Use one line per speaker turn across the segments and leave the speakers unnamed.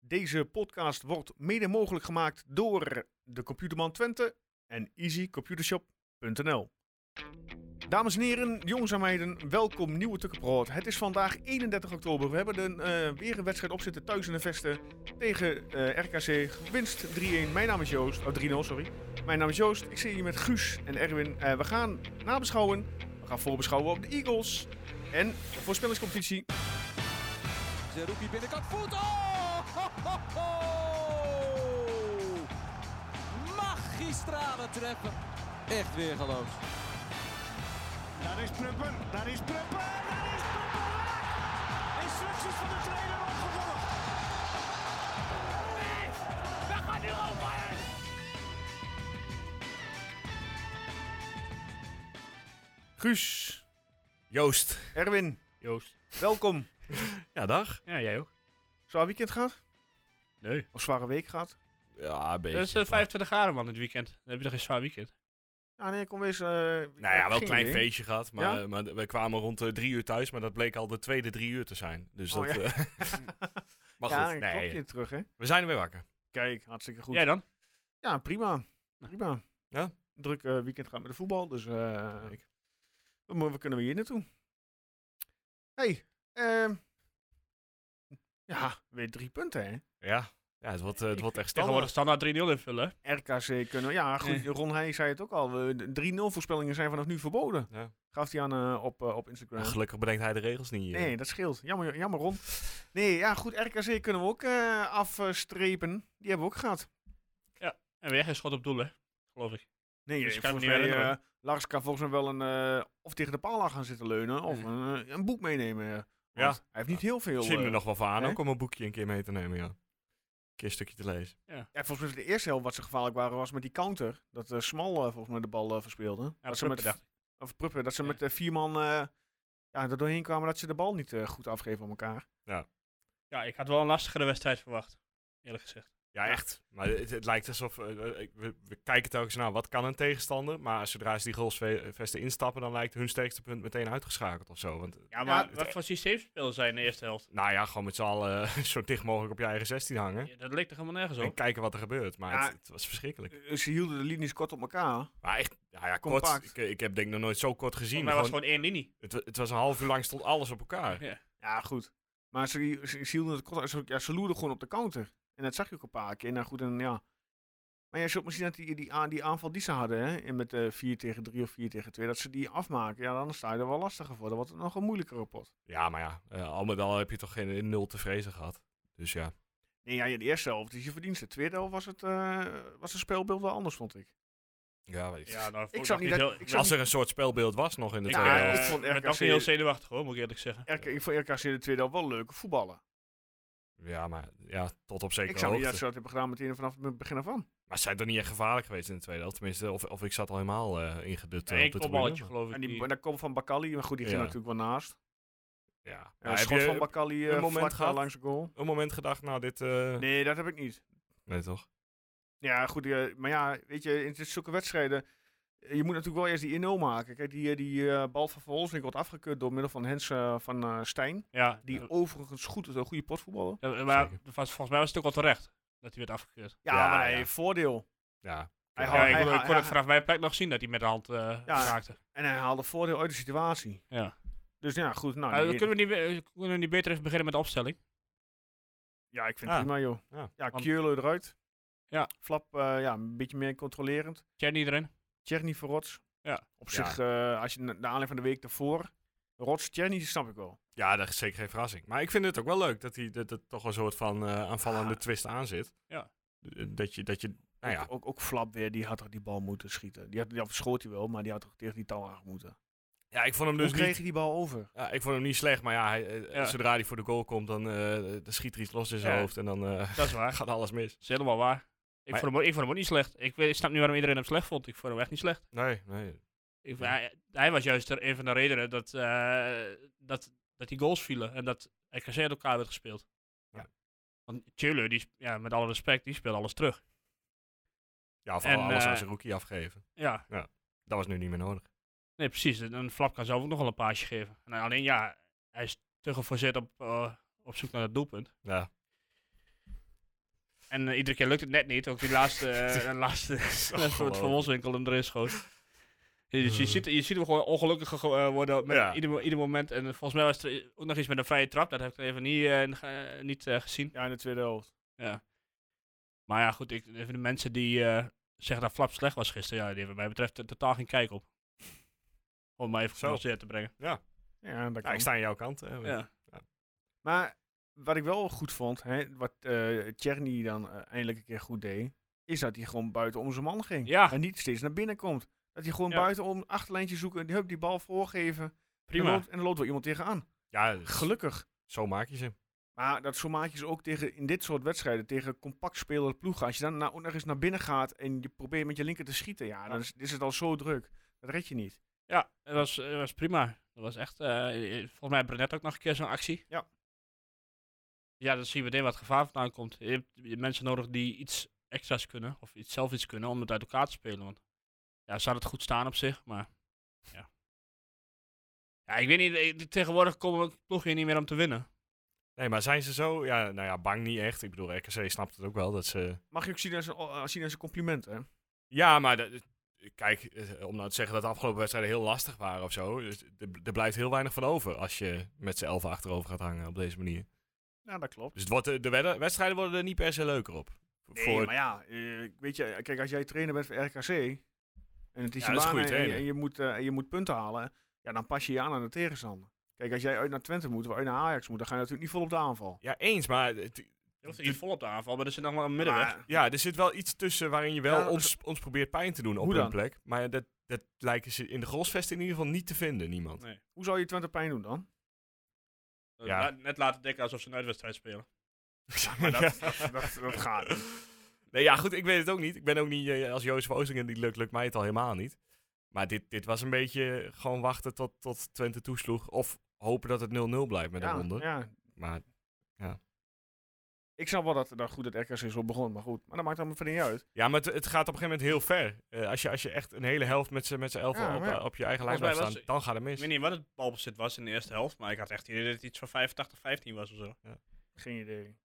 Deze podcast wordt mede mogelijk gemaakt door de Computerman Twente en easycomputershop.nl. Dames en heren, jongens en meiden, welkom nieuwe Tukkenproot. Het is vandaag 31 oktober. We hebben een, eh, weer een wedstrijd op zitten thuis in de Vesten tegen eh, RKC. Winst 3-1. Mijn naam is Joost. Oh, 3-0, sorry. Mijn naam is Joost. Ik zit hier met Guus en Erwin. Eh, we gaan nabeschouwen. We gaan voorbeschouwen op de Eagles. En de voorspellingscompetitie.
Zerouki binnenkant voet. Oh! Ho, ho, ho! Magistrale treppen. Echt weer geloof.
Daar is Prupper, daar is Prupper, daar is Prupper! Instructies van de trainer opgevolgd.
Guus,
Joost.
Erwin. Joost. Welkom.
Ja, dag.
Ja, jij ook.
Zwaar weekend gehad?
Nee.
Of zware week gehad?
Ja, een beetje.
Het
Dus,
is eh, 25 graden man dit weekend. Dan heb je nog geen zwaar weekend.
Ja, nee, kom eens. eh,
Nou ja, wel
geen
een klein
idee.
feestje gehad. Maar,
Ja?
maar we kwamen rond eh, drie uur thuis, maar dat bleek al de tweede drie uur te zijn. Dus
Oh,
dat...
ja.
eh, maar
Ja,
goed,
een klokje
nee.
terug, hè?
We zijn er weer wakker.
Kijk, hartstikke goed.
Jij
Ja,
dan?
prima. Prima.
Nou. Ja?
Druk eh, weekend gaat met de voetbal, dus eh we, mo- we kunnen we hier naartoe. hey, ehm, ja, weer drie punten, hè?
Ja, ja het, wordt, eh, het wordt echt
Tegenwoordig
standaard.
standaard 3-0 invullen. hè?
RKC kunnen we, ja, goed,
Eh.
Ron Heij zei het ook al, we- de 3-0 voorspellingen zijn vanaf nu verboden.
Ja.
Gaf hij aan eh, op, eh, op Instagram.
Nou, gelukkig bedenkt hij de regels niet. eh.
Nee, dat scheelt. Jammer, jammer Ron. Nee, ja, goed, RKC kunnen we ook eh, afstrepen. Die hebben we ook gehad.
En weer geen schot op doel, hè? Geloof ik.
Nee,
Dus
eh,
ik kan me
volgens
niet
mij,
herinneren.
eh, Lars kan volgens mij wel een, eh, of tegen de paal aan gaan zitten leunen, of
Eh.
een, eh, een boek meenemen. eh. Want
Ja.
Hij heeft niet heel veel.
Zien we
eh,
nog wel van aan,
hè?
ook om een boekje een keer mee te nemen, ja. Een keer een stukje te lezen.
ja, volgens mij was het de eerste helft wat ze gevaarlijk waren was met die counter. Dat eh Smal eh, volgens mij de bal eh, verspeelde.
Ja,
dat ze met,
dacht ik.
of Pruppen, dat ze
Ja.
met eh, vier man eh, ja, er doorheen kwamen dat ze de bal niet eh, goed afgeven aan elkaar.
Ja, ik had wel een lastigere wedstrijd verwacht. Eerlijk gezegd.
Ja, echt. Maar het, het lijkt alsof... eh, eh, ik- we, we kijken telkens naar wat kan een tegenstander. Maar zodra ze die goalsvesten instappen, dan lijkt hun sterkste punt meteen uitgeschakeld of zo. Want
Ja, maar
het-
wat voor systeem spelen zij in de eerste helft?
Nou ja, gewoon met z'n allen eh, zo dicht mogelijk op je eigen 16 hangen.
Ja, dat leek er helemaal nergens
En
op.
kijken wat er gebeurt. Maar
Ja.
het, het was verschrikkelijk.
Eh, ze hielden de linies kort op elkaar.
Maar echt, ja, ja kort.
Compact.
Ik, ik heb denk ik nog nooit zo kort gezien.
Volgens mij was
Gewoon-
het gewoon één linie.
het, wa- het was een half uur lang stond alles op elkaar.
Ja.
Ja, goed. Maar ze, ze, ze, hielden het kort- ze, ja, ze loerden gewoon op de counter. En dat zag je ook een paar keer. Nou goed, en ja. Maar je zult misschien dat die, die, aan- die aanval die ze hadden, hè, in met eh 4 tegen 3 of 4 tegen 2, dat ze die afmaken. Ja, dan sta je er wel lastiger voor. Dan wordt het nog een moeilijkere pot.
Ja, maar ja, eh, al met al heb je toch geen eh, nul te vrezen gehad. Dus ja.
Nee, ja, de eerste helft is je verdienste. De tweede helft was het, eh, was het speelbeeld wel anders, vond ik.
ja, weet
Ja, nou,
Ik
ik
zag
zag
niet
niet
dat-
heel...
ik zag
Als er een soort spelbeeld was nog in de
Ik,
tweede
Ja,
eh,
helft.
ik vond
ben
RKC
ook niet heel zenuwachtig hoor, moet ik eerlijk zeggen.
RK, ik vond RKC de tweede helft wel leuke voetballen.
Ja, maar ja, tot op
Ik,
zekere
zou niet
hoogte.
dat ze dat hebben gedaan meteen vanaf het begin af aan.
Maar ze zijn toch niet echt gevaarlijk geweest in de tweede helft? Tenminste, of, of ik zat al helemaal eh ingedut eh,
Eén
op de
kopballetje
tribune.
geloof ik.
En die,
die-
dat komt van Bakali, maar goed, die ging
Ja.
natuurlijk wel naast.
Ja.
Ja,
Maar heb
schot
je
van Bakali eh
een moment
vlak daar
gehad?
langs de goal.
een moment gedacht, nou dit... eh, nee.
Nee, dat heb ik niet.
toch?
Ja, goed. eh, maar ja, weet je, in dit- zulke wedstrijden. eh, Je moet natuurlijk wel eerst die 1-0 maken. Kijk, die, eh, die eh, bal van Van Wolfswinkel wordt afgekeurd door middel van Hens eh, van eh, Stijn.
Ja,
Die
die...
overigens goed is, een goede potvoetballer.
maar
Zeker.
vast- volgens mij was het ook wel terecht dat hij werd afgekeurd.
Ja,
Ja,
maar hij
ja.
heeft voordeel.
Ja.
Hij
Ja,
houdt-
ik,
hij
kon- ik
houdt-
kon het
ja,
vanaf mijn plek nog zien dat hij met de hand eh, raakte.
En hij haalde voordeel uit de situatie.
Ja.
Dus ja, goed. Nou,
Oh,
Maar
die-
kunnen, we niet, eh, kunnen we niet beter even beginnen met de opstelling?
Ja, ik vind
Ah.
het prima, joh. Ja,
Ja.
Want-
Keulen eruit.
Ja.
Flap, eh, ja, een beetje meer controlerend.
Jen iedereen?
Tjerni voor Rots.
Ja.
Op
Ja.
zich, eh, als je na- de aanleiding van de week daarvoor... Rots, Tjerni, snap ik wel.
Ja, dat is zeker geen verrassing. Maar ik vind het ook wel leuk dat hij dat er toch een soort van eh, aanvallende
Ja.
twist aan zit.
Ah. Ja.
Eh, Dat je, dat je, nou ja,
Ook, ook, ook Flap weer, die had toch die bal moeten schieten. Die had, die had- schoot hij wel, maar die had toch tegen die touw aan moeten.
ja, ik vond hem dus
Hoe kreeg
niet,
je die bal over?
ja, ik vond hem niet slecht, maar ja, hij, eh,
Ja.
zodra hij voor de goal komt, dan, eh, dan schiet er iets los in zijn
Ja.
hoofd en dan eh,
Dat is waar.
gaat alles mis.
Dat is helemaal waar. Ik,
Maar-
vond hem, ook- ik vond hem ook niet slecht. Ik, weet, ik snap nu waarom iedereen hem slecht vond. Ik vond hem echt niet slecht.
Nee, nee.
Ik,
Ja.
hij, hij was juist er een van de redenen dat, eh, dat, dat die goals vielen en dat RKC uit elkaar werd gespeeld.
Ja.
Want Tjöller, die, sp- ja, met alle respect, die speelt alles terug.
Ja, of
En,
alles aan
eh,
zijn rookie afgeven.
Ja,
Dat was nu niet meer nodig.
Nee, precies. En een flap kan zelf ook nog wel een paasje geven. En alleen ja, hij is te geforceerd op, eh, op zoek naar het doelpunt.
Ja.
En eh, iedere keer lukt het net niet. Ook die laatste, eh, laatste een soort
ongelooflijk.
van loswinkel hem erin schoot. Je, dus je, ziet, je ziet hem gewoon ongelukkiger ge- eh, worden met
Eh. Ja.
ieder, mo- ieder moment. En eh, volgens mij was er ook nog iets met een vrije trap. Dat heb ik even niet, eh, nog, eh, niet eh, gezien.
Ja, in de tweede helft.
Maar ja, goed. Ik, even de mensen die eh, zeggen dat Flap slecht was gisteren. Ja, die hebben wat mij betreft eh, totaal geen kijk op. Om maar even
Zo.
genuanceerd te brengen.
Ja, dat
Ja,
kan.
ik sta aan jouw kant. eh, hè.
Ja.
Maar wat ik wel goed vond, hè, wat eh Tjerni dan eh, eindelijk een keer goed deed, is dat hij gewoon buiten om zijn man ging.
Ja.
En niet steeds naar binnen komt. Dat hij gewoon
Ja.
buiten om achterlijntje zoeken, die, hup, die bal voorgeven. En er
Prima.
loopt, en er loopt wel iemand tegenaan.
Ja, dus
Gelukkig.
zo maak je ze.
Maar dat zo maak je ze ook tegen, in dit soort wedstrijden tegen compact spelende ploegen. Als je dan nou ook nog eens naar binnen gaat en je probeert met je linker te schieten, ja, dan is, is het al zo druk. Dat red je niet.
Ja, het was, het was prima. Dat was echt, eh, eh, volgens mij Brunet ook nog een keer zo'n actie.
Ja.
Ja, dan zien we meteen wat gevaar vandaan komt. Je hebt je mensen nodig die iets extra's kunnen, of iets, zelf iets kunnen, om het uit elkaar te spelen. Want ja, ze hadden het goed staan op zich, maar ja. Ja, ik weet niet, eh, tegenwoordig komen we toch hier niet meer om te winnen.
Nee, maar zijn ze zo? Ja, nou ja, bang niet echt. Ik bedoel, RKC snapt het ook wel dat ze...
Mag je ook zien als, een- als zien als een compliment, hè?
Ja, maar dat- kijk, eh, om nou te zeggen dat de afgelopen wedstrijden heel lastig waren of zo. dus Er er blijft heel weinig van over als je met z'n elf achterover gaat hangen op deze manier.
Ja, dat klopt.
Dus het wordt, eh, de wedden- wedstrijden worden er niet per se leuker op.
Nee, maar ja, eh, weet je, kijk, als jij trainer bent voor RKC en het is je
Ja, dat is
baan
een goede
en- en, je-
trainer.
en je moet, eh, en je moet punten halen, ja, dan pas je je aan aan de tegenstander. Kijk, als jij uit naar Twente moet of uit naar Ajax moet, dan ga je natuurlijk niet vol op de aanval.
Ja, eens, maar het-
Je hoeft niet vol op de aanval, maar er zit nog wel een middenweg.
Maar,
ja, er zit wel iets tussen waarin je wel
Ja, eh,
ons, ons probeert pijn te doen op
Hoe
hun
dan?
plek. Maar dat, dat lijken ze in de Grolsvest in ieder geval niet te vinden, niemand.
Nee.
hoe zou je Twente pijn doen dan?
Dat
Ja.
la- Eh, Net laten denken alsof ze een uitwedstrijd spelen.
Ja.
dat, dat gaat niet.
Nee, ja, goed, ik weet het ook niet. Ik ben ook niet eh, als Jozef Oostingen, die lukt, lukt mij het al helemaal niet. Maar dit, dit was een beetje gewoon wachten tot, tot Twente toesloeg. Of hopen dat het 0-0 blijft met een
Ja,
ronde.
ja.
Maar
Ik snap wel dat, dat goed dat RKC zo begon, maar goed. Maar dat maakt allemaal verder niet uit.
Ja, maar het, het gaat op een gegeven moment heel ver. Eh, als, je, als je echt een hele helft met z'n met z'n elf
Ja,
op,
maar ja.
op je eigen lijn
Volgens
blijft
mij was-
staan, dan gaat het
Ik
mis.
weet niet wat het balbezit was in de eerste helft, maar ik had echt het idee dat het iets van 85-15 was of zo.
Geen idee.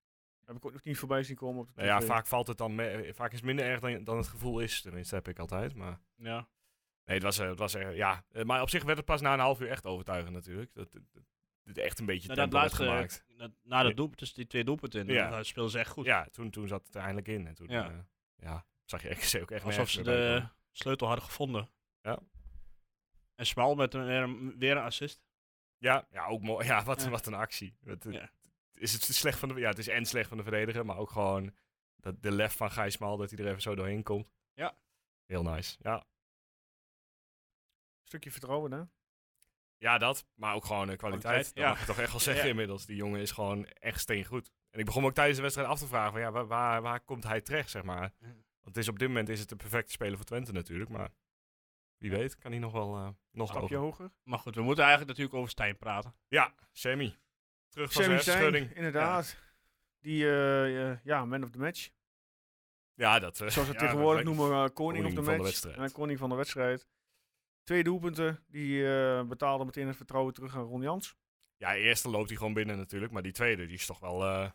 Heb ik ook nog niet voorbij zien komen op de
Nou ja,
TV.
vaak valt het dan me- vaak is het minder erg dan, dan het gevoel is. Tenminste, heb ik altijd. Maar
Ja.
nee, het was, eh, het was echt, ja. Eh, Maar op zich werd het pas na een half uur echt overtuigend natuurlijk. Dat dat- dat het echt een beetje
Nou, dat
tempo werd
laatste,
gemaakt.
dat, na de
Ja.
doelpunt, dus die twee doelpunten, in,
Ja.
ja. speelden ze echt goed.
Ja, toen, toen zat het er eindelijk in. En toen
Ja.
ja. ja, zag je RKC ook echt
Alsof
nergens
ze
meer bij
de
komen.
sleutel hadden gevonden.
Ja.
En Smal met een, weer, een, weer een assist.
Ja, ja, ook mooi. Ja, wat,
Ja.
wat een actie. Wat, eh,
Ja.
Is het slecht van de, ja, het is en slecht van de verdediger, maar ook gewoon dat de lef van Gijs Mal, dat hij er even zo doorheen komt.
Ja.
Heel nice. Ja,
Stukje vertrouwen, hè?
ja dat, maar ook gewoon eh, kwaliteit.
Kwaliteit,
dat
ja.
mag je toch echt wel zeggen
Ja.
inmiddels. Die jongen is gewoon echt steengoed. En ik begon me ook tijdens de wedstrijd af te vragen, van, ja, waar, waar, waar komt hij terecht, zeg maar?
Ja.
Want het is op dit moment is het de perfecte speler voor Twente natuurlijk, maar wie weet kan hij nog wel eh nog
Stapje
hoger.
hoger.
Maar goed, we moeten eigenlijk natuurlijk over Stijn praten.
Ja, Sammy. Terug van
Sammy
zijn
Stein,
hersenschudding.
inderdaad. Die, eh, eh, ja, man of the match.
Ja, dat... eh,
Zoals we
ja,
tegenwoordig
dat-
noemen, eh, koning, of
koning
de
van de
match.
wedstrijd.
en een koning van de wedstrijd. Twee doelpunten, die eh betaalden meteen het vertrouwen terug aan Ron Jans.
Ja, de eerste loopt hij gewoon binnen natuurlijk, maar die tweede die is toch wel eh,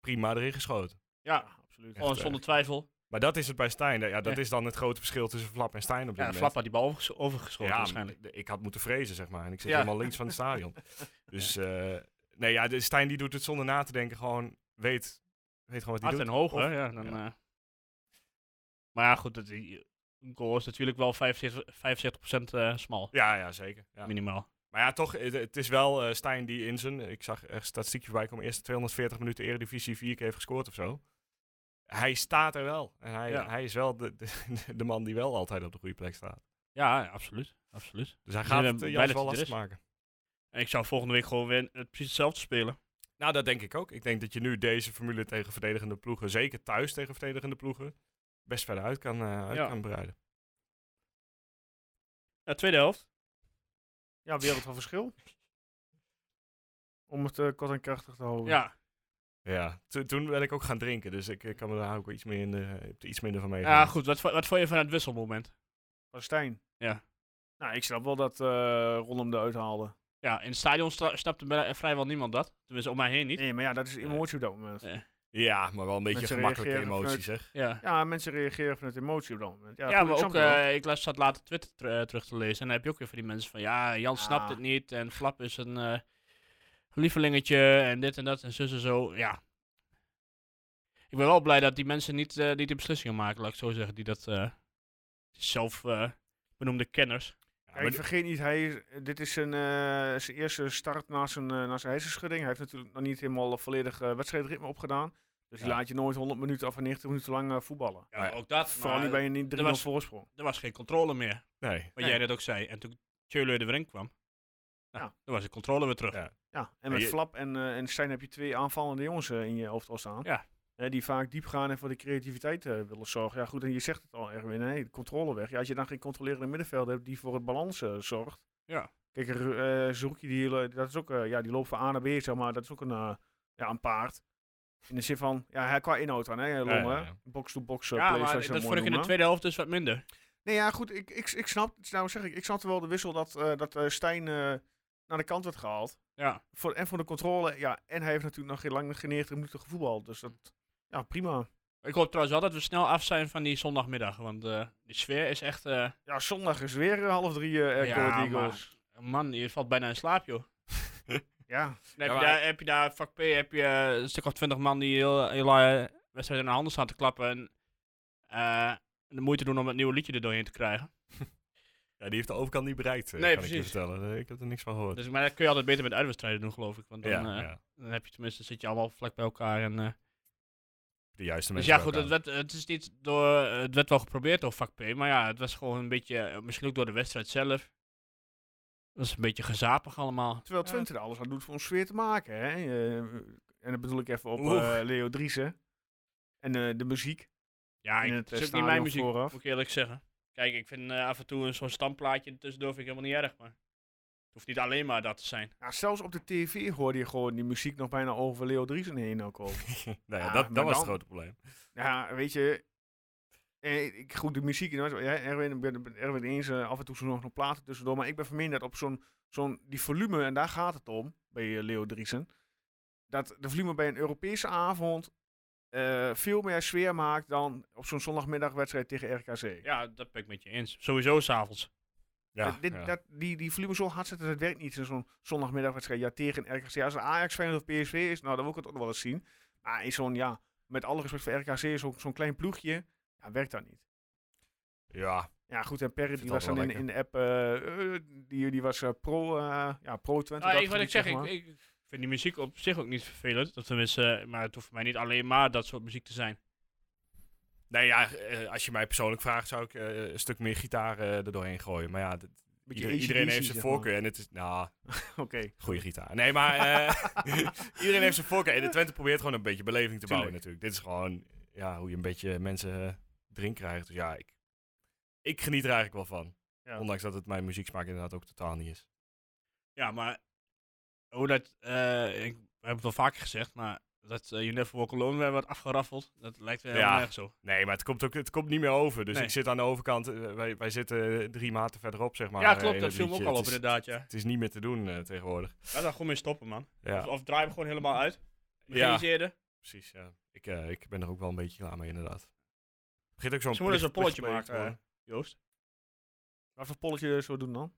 prima erin geschoten.
Ja,
absoluut.
Echt,
gewoon
eh.
zonder twijfel.
Maar dat is het bij Stijn. Ja, dat
Ja.
is dan het grote verschil tussen Flap en Stijn op dit
Ja,
moment.
Flap had die bal overges- overgeschoten
ja,
waarschijnlijk.
Ik, ik had moeten vrezen, zeg maar. En ik zit
Ja.
helemaal links van het stadion. Dus eh, nee, ja, de Stijn die doet het zonder na te denken. Gewoon weet, weet gewoon wat hij
Hard
doet.
en hoog,
Of-
hè? Ja, dan,
ja.
eh. Maar ja, goed, dat, die goal is natuurlijk wel 75%, 75 eh, Smal,
Ja, ja, zeker. Ja.
minimaal.
Maar ja, toch, het, het is wel eh, Stijn die in zijn... Ik zag er een statistiekje bij komen. Eerste 240 minuten Eredivisie vier keer heeft gescoord of zo. Hij staat er wel. En hij,
Ja.
hij is wel de, de, de man die wel altijd op de goede plek staat.
Ja, ja, absoluut. absoluut.
Dus hij
Ik
gaat
ben
het eh,
blij
juist wel
dat hij er
lastig maken.
En ik zou volgende week gewoon weer eh, precies hetzelfde spelen.
Nou, dat denk ik ook. Ik denk dat je nu deze formule tegen verdedigende ploegen, zeker thuis tegen verdedigende ploegen, best verder uit kan, eh, uit
Ja.
kan breiden.
Ja, tweede helft.
Ja, wereld van verschil. Om het eh, kort en krachtig te houden.
Ja,
Ja, to- toen ben ik ook gaan drinken, dus ik, eh, kan me daar ook iets, meer in de, heb er iets minder van mee.
ja goed. Wat, vo- wat vond je van het wisselmoment?
Van Stijn.
Ja.
Nou, ik snap wel dat eh Ron hem eruit haalde.
Ja, in het stadion stra- snapte bijna- vrijwel niemand dat. Tenminste, om mij heen niet.
Nee, maar ja, dat is emotie op dat moment.
Nee.
Ja, maar wel een beetje
Mensen
gemakkelijke
reageren
emotie, zeg.
Ja.
Ja, mensen reageren vanuit emotie op dat moment. Ja,
Ja,
dat
maar
snap
ook,
ik wel.
eh, ik las- zat later Twitter ter- eh, terug te lezen. En dan heb je ook weer van die mensen van, ja, Jan snapt
Ah.
het niet. En Flap is een eh, lievelingetje. En dit en dat en zus en zo. Ja. Ik ben wel blij dat die mensen niet, eh, die de beslissingen maken, laat ik het zo zeggen. Die dat eh, zelf eh, benoemde kenners.
Ja,
Kijk,
maar
vergeet niet, hij, is- dit is zijn, eh, zijn eerste start na zijn, eh, na zijn hersenschudding. Hij heeft natuurlijk nog niet helemaal eh, volledig eh, wedstrijdritme opgedaan. Dus die
Ja.
laat je nooit 100 minuten of 90 minuten lang eh, voetballen.
Ja, ook dat.
Vooral niet bij een 3
was-
voorsprong.
Er was geen controle meer.
nee.
Wat
Nee.
jij dat ook zei. En toen Tjöller er weer in kwam, nou,
Ja.
dan was de controle weer terug.
Ja.
Ja, en
Ja,
met
je-
Flap en, eh, en Stijn heb je twee aanvallende jongens eh, in je hoofd al staan.
Ja.
Eh, die vaak diep gaan en voor de creativiteit eh, willen zorgen. Ja, goed, en je zegt het al, Erwin, nee, de controle weg. Ja, als je dan geen controlerende middenvelder hebt die voor het balans eh, zorgt.
Ja.
Kijk, Ru- eh Zerouki, die, eh, dat is ook, eh, ja, die loopt van A naar B, zeg maar. Dat is ook een, eh, ja, een paard. In de zin van, ja, hij- qua inhoud dan, hè, eh, Long,
ja,
hè.
ja.
Box-to-box eh,
Ja,
play,
maar
zoals
dat
je
vond ik
mooi
in de
noemt, hè.
tweede helft dus wat minder.
Nee, ja, goed, ik, ik, ik snap, nou zeg ik, ik snapte wel de wissel dat, eh, dat eh, Stijn eh, naar de kant werd gehaald
Ja.
voor, en voor de controle, ja. En hij heeft natuurlijk nog geen lang geen 90 minuten gevoetbald. Dus dat, ja, prima.
Ik hoop trouwens wel dat we snel af zijn van die zondagmiddag. Want eh die sfeer is echt... eh,
Ja, zondag is weer eh, half drie eh Air
Ja,
Cold
maar-
Eagles.
man, je valt bijna in slaap, joh.
Ja,
Dan heb,
Ja,
je
maar-
daar, heb je daar vak P, heb je eh, een stuk of twintig man die heel, heel eh, wedstrijd in de handen staan te klappen. En eh, de moeite doen om het nieuwe liedje er doorheen te krijgen.
Ja, die heeft de overkant niet bereikt, eh,
Nee,
kan
precies.
ik je vertellen. Eh, Ik heb er niks van gehoord.
Dus, maar dat kun je altijd beter met uitwedstrijden doen, geloof ik. Want dan,
ja,
eh,
ja,
dan heb je tenminste, zit je allemaal vlak bij elkaar en... eh,
de juiste
Dus
mensen. bij
ja, goed, het
elkaar.
werd, het, is niet door, het werd wel geprobeerd door vak P, maar ja, het was gewoon een beetje, eh, misschien ook door de wedstrijd zelf. Het was een beetje gezapig allemaal.
terwijl Twente er alles aan doet voor een sfeer te maken. Hè? Eh, en dan bedoel ik even op
Oeh.
eh, Leo Driessen. En eh, de muziek.
Ja,
In
ik,
het,
het
eh,
is ook niet mijn
stadion
muziek,
vooraf.
moet ik eerlijk zeggen. Kijk, ik vind eh, af en toe zo'n stamplaatje tussendoor vind ik helemaal niet erg, maar het hoeft niet alleen maar dat te zijn.
Ja, zelfs op de tv hoorde je gewoon die muziek nog bijna over Leo Driessen heen nou komen.
nou
Ja,
ja, dat,
maar
dat was het
dan-
grote probleem.
Ja, weet je. eh, Ik, goed, de muziek. nou, zo- Ja, Erwin, ik ben het met Erwin eens. eh, af en toe zo nog een platen tussendoor. Maar ik ben van mening dat op zo'n. zo'n die volume, en daar gaat het om. Bij eh, Leo Driesen. Dat de volume bij een Europese avond. eh, veel meer sfeer maakt dan op zo'n zondagmiddagwedstrijd tegen RKC.
Ja, dat ben ik met je eens. Sowieso s'avonds.
Ja,
dat, dit,
ja.
Dat, die, die volume zo hard zetten, dat werkt niet in zo'n zondagmiddagwedstrijd. Ja, tegen RKC. Ja, als het Ajax, Feyenoord of PSV is, nou, dan wil ik het ook nog wel eens zien. Maar in zo'n, ja, met alle respect voor RKC, zo'n zo'n klein ploegje, ja, werkt dat niet.
ja.
Ja, goed, en Perry
vind
die
het
was
altijd
dan in,
wel
in de app, eh, eh, die, die was eh, pro, eh ja, pro Twente.
Nou,
dat
ik, wat ik
gebied,
zeg,
maar.
ik, ik vind die muziek op zich ook niet vervelend. Dat tenminste, eh, maar het hoeft voor mij niet alleen maar dat soort muziek te zijn.
Nee, ja, eh, als je mij persoonlijk vraagt, zou ik eh, een stuk meer gitaar eh, er doorheen gooien. Maar ja, dat-
Beetje
ieder- iedereen
AC/DC,
heeft zijn
zeg maar.
voorkeur. En het is, nou,
Oké,
goede gitaar. Nee, maar eh, iedereen heeft zijn voorkeur. En de Twente probeert gewoon een beetje beleving te bouwen
Tuurlijk.
natuurlijk. Dit is gewoon ja, hoe je een beetje mensen eh, drink krijgt. Dus ja, ik, ik geniet er eigenlijk wel van.
Ja.
Ondanks dat het mijn muzieksmaak inderdaad ook totaal niet is.
Ja, maar hoe dat, eh, ik heb het wel vaker gezegd, maar dat eh, You Never Walk Alone weer wordt afgeraffeld, dat lijkt wel helemaal
Ja.
nergens zo.
Nee, maar het komt, ook, het komt niet meer over. Dus
Nee.
ik zit aan de overkant. eh, wij, wij zitten drie maten verderop, zeg maar.
ja,
eh,
klopt,
in
dat
het
viel me ook
liedje.
al op
Het is-
inderdaad, ja.
Het is niet meer te doen eh, tegenwoordig.
Laat daar gewoon mee stoppen, man.
Ja,
Of, of draai hem gewoon helemaal uit.
Ja.
Begin iets eerder.
precies. Ja. Ik, eh, ik ben er ook wel een beetje klaar mee, inderdaad. Het Begint ook zo'n
Ze moeten
plicht-
eens een polletje
plichtpleeg te
maken, eh,
worden.
Joost.
wat voor polletje zo doen dan?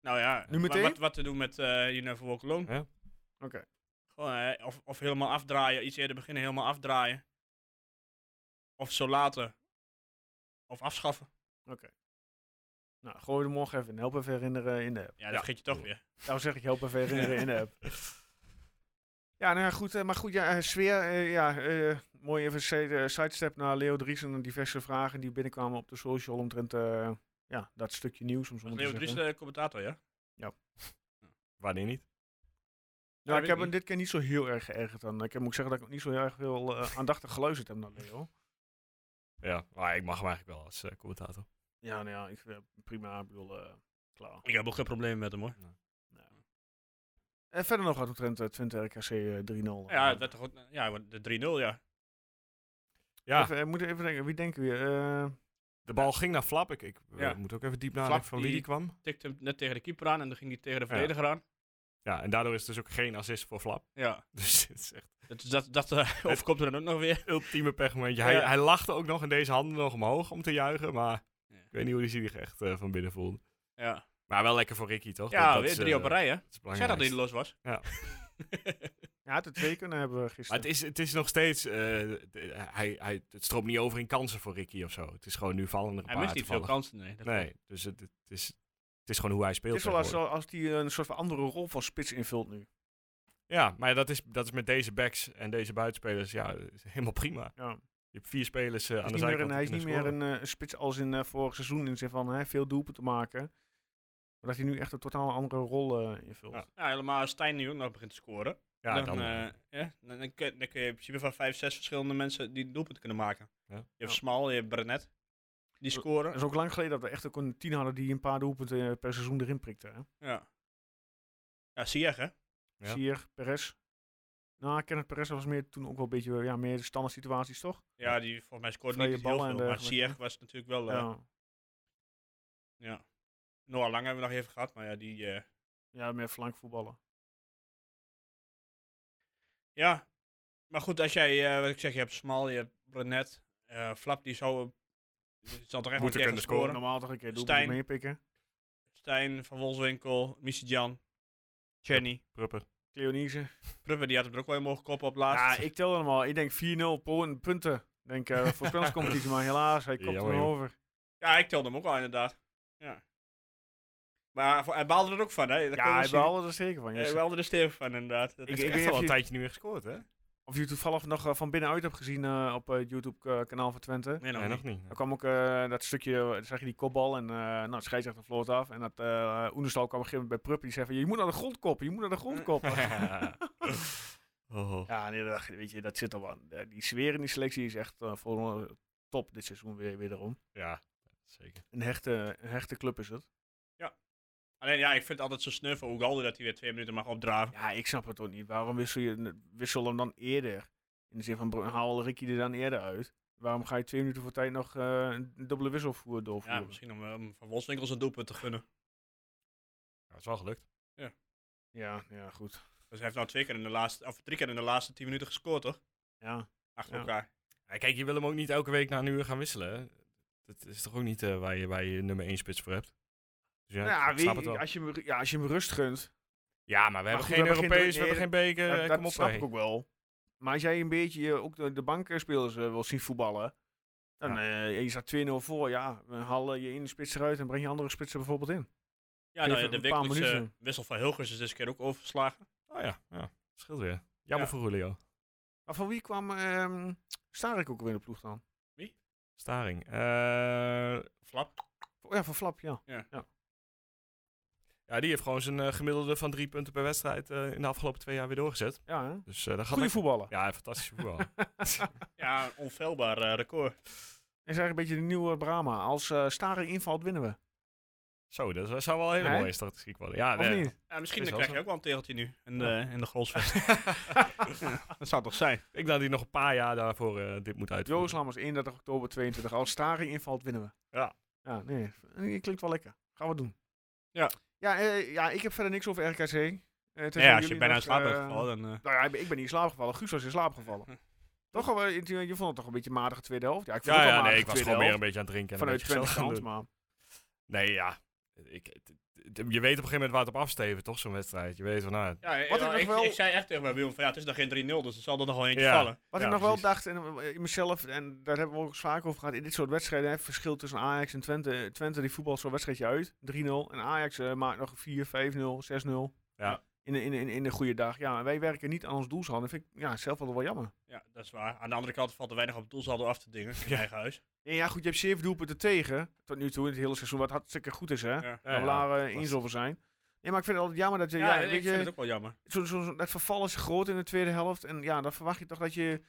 Nou ja,
Nu
wa-
meteen?
Wat, wat te doen met eh You Never Walk Alone.
Ja.
Oké.
Gewoon, eh, of, of helemaal afdraaien, iets eerder beginnen, helemaal afdraaien. Of zo laten. Of afschaffen.
Nou, gooi hem morgen even en help even herinneren in de app.
Ja, dat
Ja.
vergeet je toch weer.
Nou zeg ik, help even herinneren in de app. Ja, nou ja, goed, eh, maar goed, ja, eh, sfeer, eh, ja, eh, mooi even side- eh, sidestep naar Leo Driesen en diverse vragen die binnenkwamen op de social omtrent, eh, ja, dat stukje nieuws om zo
Was
maar te
Leo
zeggen.
Dries de commentator, ja?
Wanneer niet?
Nou,
Ja,
ik
weet
heb
ik
me dit keer niet zo heel erg geërgerd. aan. ik heb- moet ik zeggen dat ik ook niet zo heel erg veel eh, aandachtig geluisterd heb naar Leo.
Ja, maar ik mag hem eigenlijk wel als eh, commentator.
Ja, nou ja, ik, eh, prima. Ik bedoel, eh, klaar.
Ik heb ook geen probleem met hem, hoor.
En verder nog wat omtrent eh, Twente RKC eh, 3-0.
Ja,
Eh,
het werd toch ook, ja de 3-0, ja.
Ja,
Even, eh, moet even denken, wie denken we? hier? Eh,
de bal ging naar Flap. Ik, ik eh,
Ja.
moet ook even diep nadenken
Flap,
van wie die
die-
kwam.
Tikte hem net tegen de keeper aan en dan ging hij tegen de verdediger aan.
Ja, en daardoor is het dus ook geen assist voor Flap.
Ja.
Dus het is echt
Dat, dat, dat eh, overkomt er dan ook nog weer.
ultieme pechmomentje. Hij,
Ja.
hij lachte ook nog en deze handen nog omhoog om te juichen. Maar
Ja.
ik weet niet hoe hij zich echt eh, van binnen voelde.
Ja,
Maar wel lekker voor Ricky, toch?
ja
Dat- dat
weer
is,
drie
eh,
op een rij, hè?
dat is
Ik zei dat hij
belangrijk.
los was.
Ja.
Ja, de twee kunnen hebben we
Maar
gisteren.
het is, het is nog steeds. eh, de- hij, hij, het stroomt niet over in kansen voor Ricky of zo. Het is gewoon nu vallende
Hij mist niet veel kansen, nee. Dat
Nee, dus het, het, is, het is gewoon hoe hij speelt.
Het is wel als,
tegenwoordig.
als die een soort van andere rol van spits invult nu.
Ja, maar dat is, dat is met deze backs en deze buitenspelers ja, is helemaal prima.
Ja.
Je hebt vier spelers eh,
Hij
aan
is
de
niet meer
zijkant.
een,
die
hij is
kunnen
niet meer
scoren.
een eh, spits als in eh, vorig seizoen. In de zin van hè, veel doelpunten te maken. Maar dat hij nu echt een totaal andere rol eh, invult.
Ja.
Ja, helemaal als Stijn nu ook nog begint te scoren.
Ja,
dan,
dan, eh,
eh, ja, dan, dan kun, dan kun je in principe van vijf, zes verschillende mensen die een doelpunt kunnen maken.
Ja.
Je hebt Smal, je hebt Brenet, die
Dat-
scoren.
Dat is ook lang geleden dat we echt ook een tien hadden die een paar doelpunten eh, per seizoen erin prikte. Hè?
Ja. Ja, Ziyech, hè?
Ja.
Sier, Perez. Nou, Kenneth Perez was meer, toen ook wel een beetje eh, ja, meer de standaard situaties, toch?
Ja, die volgens mij scoorde
Vrije
niet heel
ballen en
veel, maar
dergelijke.
Ziyech was natuurlijk wel... eh,
Ja.
ja. Noah Lang hebben we nog even gehad, maar ja, die... eh,
ja, meer flank voetballen.
Ja, maar goed, als jij, eh, wat ik zeg, je hebt Smal, je hebt Brenet, eh, Flap, die zou, die zal toch echt wel een
Moeten
keer gaan
kunnen scoren.
scoren.
Normaal toch een keer doelpunten
Stijn.
meepikken.
Stijn, Van Wolfswinkel, Jan, Chenny,
Prupper.
Cleonise.
Prupper, die had hem er ook wel in mogen koppen op laatst.
Ja, ik tel hem al. Ik denk 4-0 pun- punten. Ik denk eh voorspellingscompetitie, maar helaas, hij komt er
Jammer,
nog
joh.
over.
Ja, ik telde hem ook al inderdaad. Ja. Maar voor- hij baalde er ook van, hè? Dat
Ja, hij behaalde er zeker van.
van.
yes.
Hij baalde er stevig van, inderdaad. Dat
Ik-
is
Ik
ik
heb
echt-
weet
al
of
een
je-
tijdje niet meer gescoord, hè?
Of je toevallig nog eh, van binnenuit hebt gezien eh, op het YouTube-kanaal van Twente.
Nee, nog
Nee,
niet.
nog niet.
Dan kwam ook eh, dat stukje, eh, dan zag je die kopbal en eh nou, de scheidsrechter vloot af. En dat eh Oenestal kwam op een gegeven moment bij Prupp. Die zei van, je moet naar de grond koppen, je moet naar de
Mm.
grond koppen.
oh.
ja, nee, dat, dacht je, weet je, dat zit er wel aan. Eh, Die sfeer in die selectie is echt eh, voor eh, top dit seizoen weer, weer erom.
Ja, zeker.
Een hechte, een hechte club is het.
Alleen ja, ik vind het altijd zo sneu voor Ugalde dat hij weer twee minuten mag opdraven.
Ja, ik snap het toch niet. Waarom wissel je wissel hem dan eerder? In de zin van, bro- haal Ricky er dan eerder uit. Waarom ga je twee minuten voor tijd nog eh, een dubbele wisselvoer
Ja,
doorvoeren?
misschien om, eh, om Van Wolfswinkel zijn doelpunt te gunnen.
Ja, is wel gelukt.
ja, ja, goed.
Dus hij heeft nou twee keer in de laatste, of drie keer in de laatste tien minuten gescoord, toch?
Ja.
Achter
Ja.
elkaar.
Ja, kijk, je wil hem ook niet elke week na een uur gaan wisselen. hè? Dat is toch ook niet eh, waar, je, waar je nummer 1 spits voor hebt. Dus ja,
Nou ja,
ik snap
weet
het
je,
wel.
als je hem, ru- ja, als je hem rust gunt,
Ja, maar we hebben
goed,
geen
we hebben geen
Europees, we
nee,
hebben geen beker.
dat
eh,
dat
kom op,
snap
hé.
ik ook wel. Maar als jij een beetje eh, ook de, de bankenspelers eh, wil zien voetballen, dan eh, je staat 2-0 voor, ja, dan haal eh, je ene spits eruit en breng je andere spitsen bijvoorbeeld in.
Ja, nou,
Even
ja, de
een paar
wekelijkse
minuten.
wissel van Hilgers is deze keer ook overgeslagen.
Oh ja, ja. scheelt weer. Jammer
Ja.
voor Julio.
Maar van wie kwam ehm Starik ook weer in de ploeg dan?
Staring. Eh,
Flap.
Ja, van Flap, ja.
ja, die heeft gewoon zijn eh, gemiddelde van drie punten per wedstrijd eh, in de afgelopen twee jaar weer doorgezet.
ja hè?
Dus eh dat gaat
Goeie
lekker.
voetballen.
Ja, fantastisch voetbal.
Ja, een onfeilbaar eh, record.
Is eigenlijk een beetje de nieuwe Brahma. Als eh Staring invalt, winnen we.
Zo, dat zou- zou wel een hele
Nee?
mooie statistiek worden. Ja,
Of
nee.
niet?
Ja, misschien
Is
dan
wel
krijg
zo.
je ook wel een tegeltje nu in de, in de goalsvest. dat zou toch zijn?
Ik denk dat hij nog een paar jaar daarvoor eh, dit moet uitvoeren.
Joost Lammers, 31 oktober 22. Als Staring invalt, winnen we.
Ja.
Ja, nee. eh, Klinkt wel lekker. Gaan we doen.
Ja.
Ja, eh, ja ik heb verder niks over RKC. Eh, het is
Nou Ja,
aan
als je
jullie
bijna in
nog,
slaap bent
eh,
gevallen, dan... eh,
Nou ja, ik ben ik ben niet in slaap gevallen. Guus was in slaap gevallen. toch al, eh, je vond het toch een beetje een matige tweede helft? Ja, ik vond
Ja,
het wel
ja
een
nee, ik
matige
was gewoon
tweede
meer een
helft.
beetje aan het drinken. En
Vanuit
een beetje
Twente
gezellig
kant,
aan
maar...
het doen. Nee, ja. Ik, het- het- je weet op een gegeven moment waar het op afsteven, toch, zo'n wedstrijd. Je weet van, nou,
ja,
Wat
ja,
ik nog
ik,
wel-
ik zei echt tegen mijn Wilm van ja, het is nog geen 3-0, dus er zal er nog wel eentje
Ja.
vallen.
Wat
Ja,
ik nog wel
precies.
dacht, en eh, in mezelf, en daar hebben we ook eens vaak over gehad, in dit soort wedstrijden, hè, het verschil tussen Ajax en Twente. Eh, Twente die voetbal zo'n wedstrijdje uit, 3-0. En Ajax eh, maakt nog 4, 5-0, 6-0.
Ja.
In, de- in, de- in, de- in de goede dag. Ja, en wij werken niet aan ons doelsaldo. Dat vind ik ja, zelf wel wel jammer.
Ja, dat is waar. Aan de andere kant valt er weinig op het doelsaldo af te dingen in je eigen huis.
Nee, ja, goed, je hebt 7 doelpunten tegen, tot nu toe, in het hele seizoen, wat hartstikke goed is, hè.
Ja,
Daar
ja,
we daar eh,
lastig.
eens over zijn. Nee, maar ik vind het altijd jammer dat je,
ja,
ja,
ik
weet
vind het
je,
ook wel jammer.
zo, zo, zo- dat verval is groot in de tweede helft. En ja, dan verwacht je toch dat je.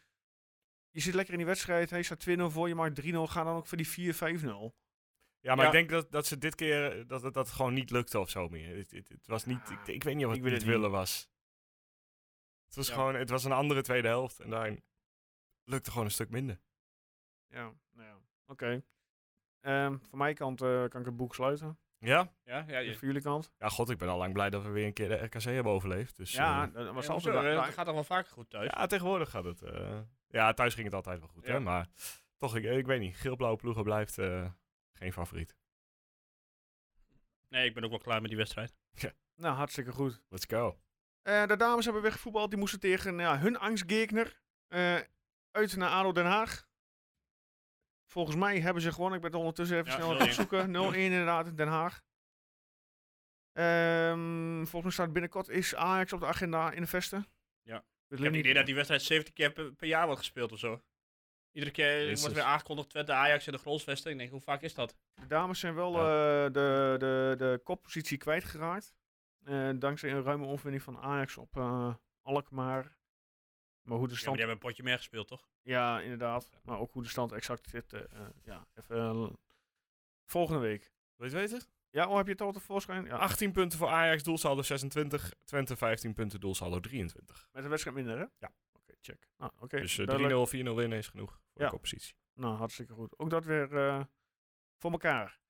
Je zit lekker in die wedstrijd. Hij staat 2-0 voor, je maakt 3-0. Ga dan ook voor die 4-5-0.
Ja, maar ik
Ja.
denk dat, dat ze dit keer eh, dat, dat dat gewoon niet lukte of zo meer. Het, het, het was niet, ik, ik weet niet of
Ik
het
weet het
niet
niet.
willen was. Het was
Ja.
gewoon, het was een andere tweede helft en daarin lukte gewoon een stuk minder.
Ja, nou ja. Oké. Ehm, van mijn kant eh, kan ik het boek sluiten.
Ja?
Ja, ja, ja.
Voor jullie kant.
Ja, god, ik ben al lang blij dat we weer een keer de RKC hebben overleefd. Dus,
ja,
eh,
dat was
Maar
altijd...
zo,
wel-
eh,
nou,
dat gaat toch wel vaker goed thuis.
ja, tegenwoordig gaat het. eh, ja, thuis ging het altijd wel goed,
Ja.
hè? Maar toch, ik, ik weet niet. Geel-blauwe ploegen blijft eh, geen favoriet.
Nee, ik ben ook wel klaar met die wedstrijd.
nou, hartstikke goed.
Let's go.
Eh, de dames hebben weggevoetbald. Die moesten tegen ja, hun angstgegner eh, uit naar ADO Den Haag. Volgens mij hebben ze gewonnen. Ik ben het ondertussen even
Ja,
snel aan het
0-1.
opzoeken. 0-1 inderdaad in Den Haag. Ehm, volgens mij staat binnenkort is Ajax op de agenda in de vesten.
Ja.
Ik
Ik heb
weet
het
niet-
idee dat die wedstrijd 70 keer per, per jaar wordt gespeeld of zo. Iedere keer
Jezus.
wordt weer aangekondigd Twente Ajax in de grondsvesting. Ik denk, hoe vaak is dat?
De dames zijn wel eh, de, de, de koppositie kwijtgeraakt. Eh dankzij een ruime overwinning van Ajax op eh Alkmaar. Maar hoe de
Ja, maar
stand
die hebben een potje meer gespeeld, toch?
Ja, inderdaad. Maar ook hoe de stand exact zit. eh, eh, ja, even eh, volgende week.
Weet je het weten?
Ja, oh, heb je het al tevoorschijn? Ja,
18 punten voor Ajax, doelsaldo 26. Twente 15 punten, doelsaldo 23.
met een wedstrijd minder, hè?
Ja.
Oké, check. Nou, oké.
Dus eh,
duidelijk.
3-0, 4-0 winnen is genoeg voor
Ja.
de koppositie.
Nou, hartstikke goed. Ook dat weer eh, voor elkaar.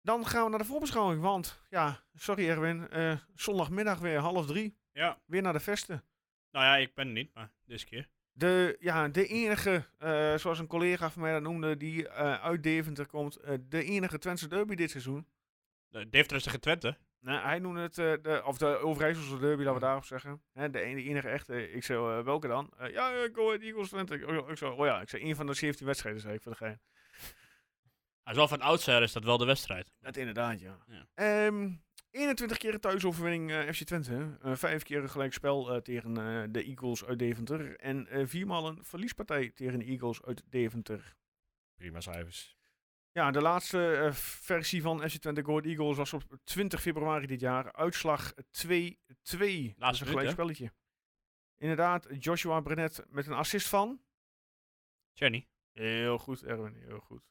Dan gaan we naar de voorbeschouwing, want ja, sorry Erwin, eh, zondagmiddag weer half drie,
Ja.
weer naar de vesten.
Nou ja, ik ben er niet, maar deze keer.
De, ja, de enige, eh, zoals een collega van mij dat noemde, die eh, uit Deventer komt, eh, de enige Twentse derby dit seizoen.
De- Deventer is tegen Twente.
Nee, hij noemde het, eh, de, of de Overijsselse derby, laten we daarop zeggen. Hè, de ene- de enige echte, ik zei, eh, welke dan? Eh, ja, eh, Go Ahead Eagles Twente. Ik, oh, ik zei, oh ja, ik zei, één van de 17 wedstrijden, zei ik voor de gein.
Hij is wel van oudsher, is dat wel de wedstrijd.
Dat inderdaad, ja.
Ja.
Ehm, 21 keer een thuisoverwinning eh, FC Twente. Eh vijf keer een gelijkspel eh, tegen eh, de Eagles uit Deventer. En eh viermaal een verliespartij tegen de Eagles uit Deventer.
Prima cijfers.
Ja, de laatste eh, versie van FC Twente Go Ahead Eagles was op 20 februari dit jaar. Uitslag 2-2. Laatste een
Laatste minuut, hè?
gelijkspelletje. Inderdaad, Joshua Brenet met een assist van.
Jenny.
Heel goed, Erwin, heel goed.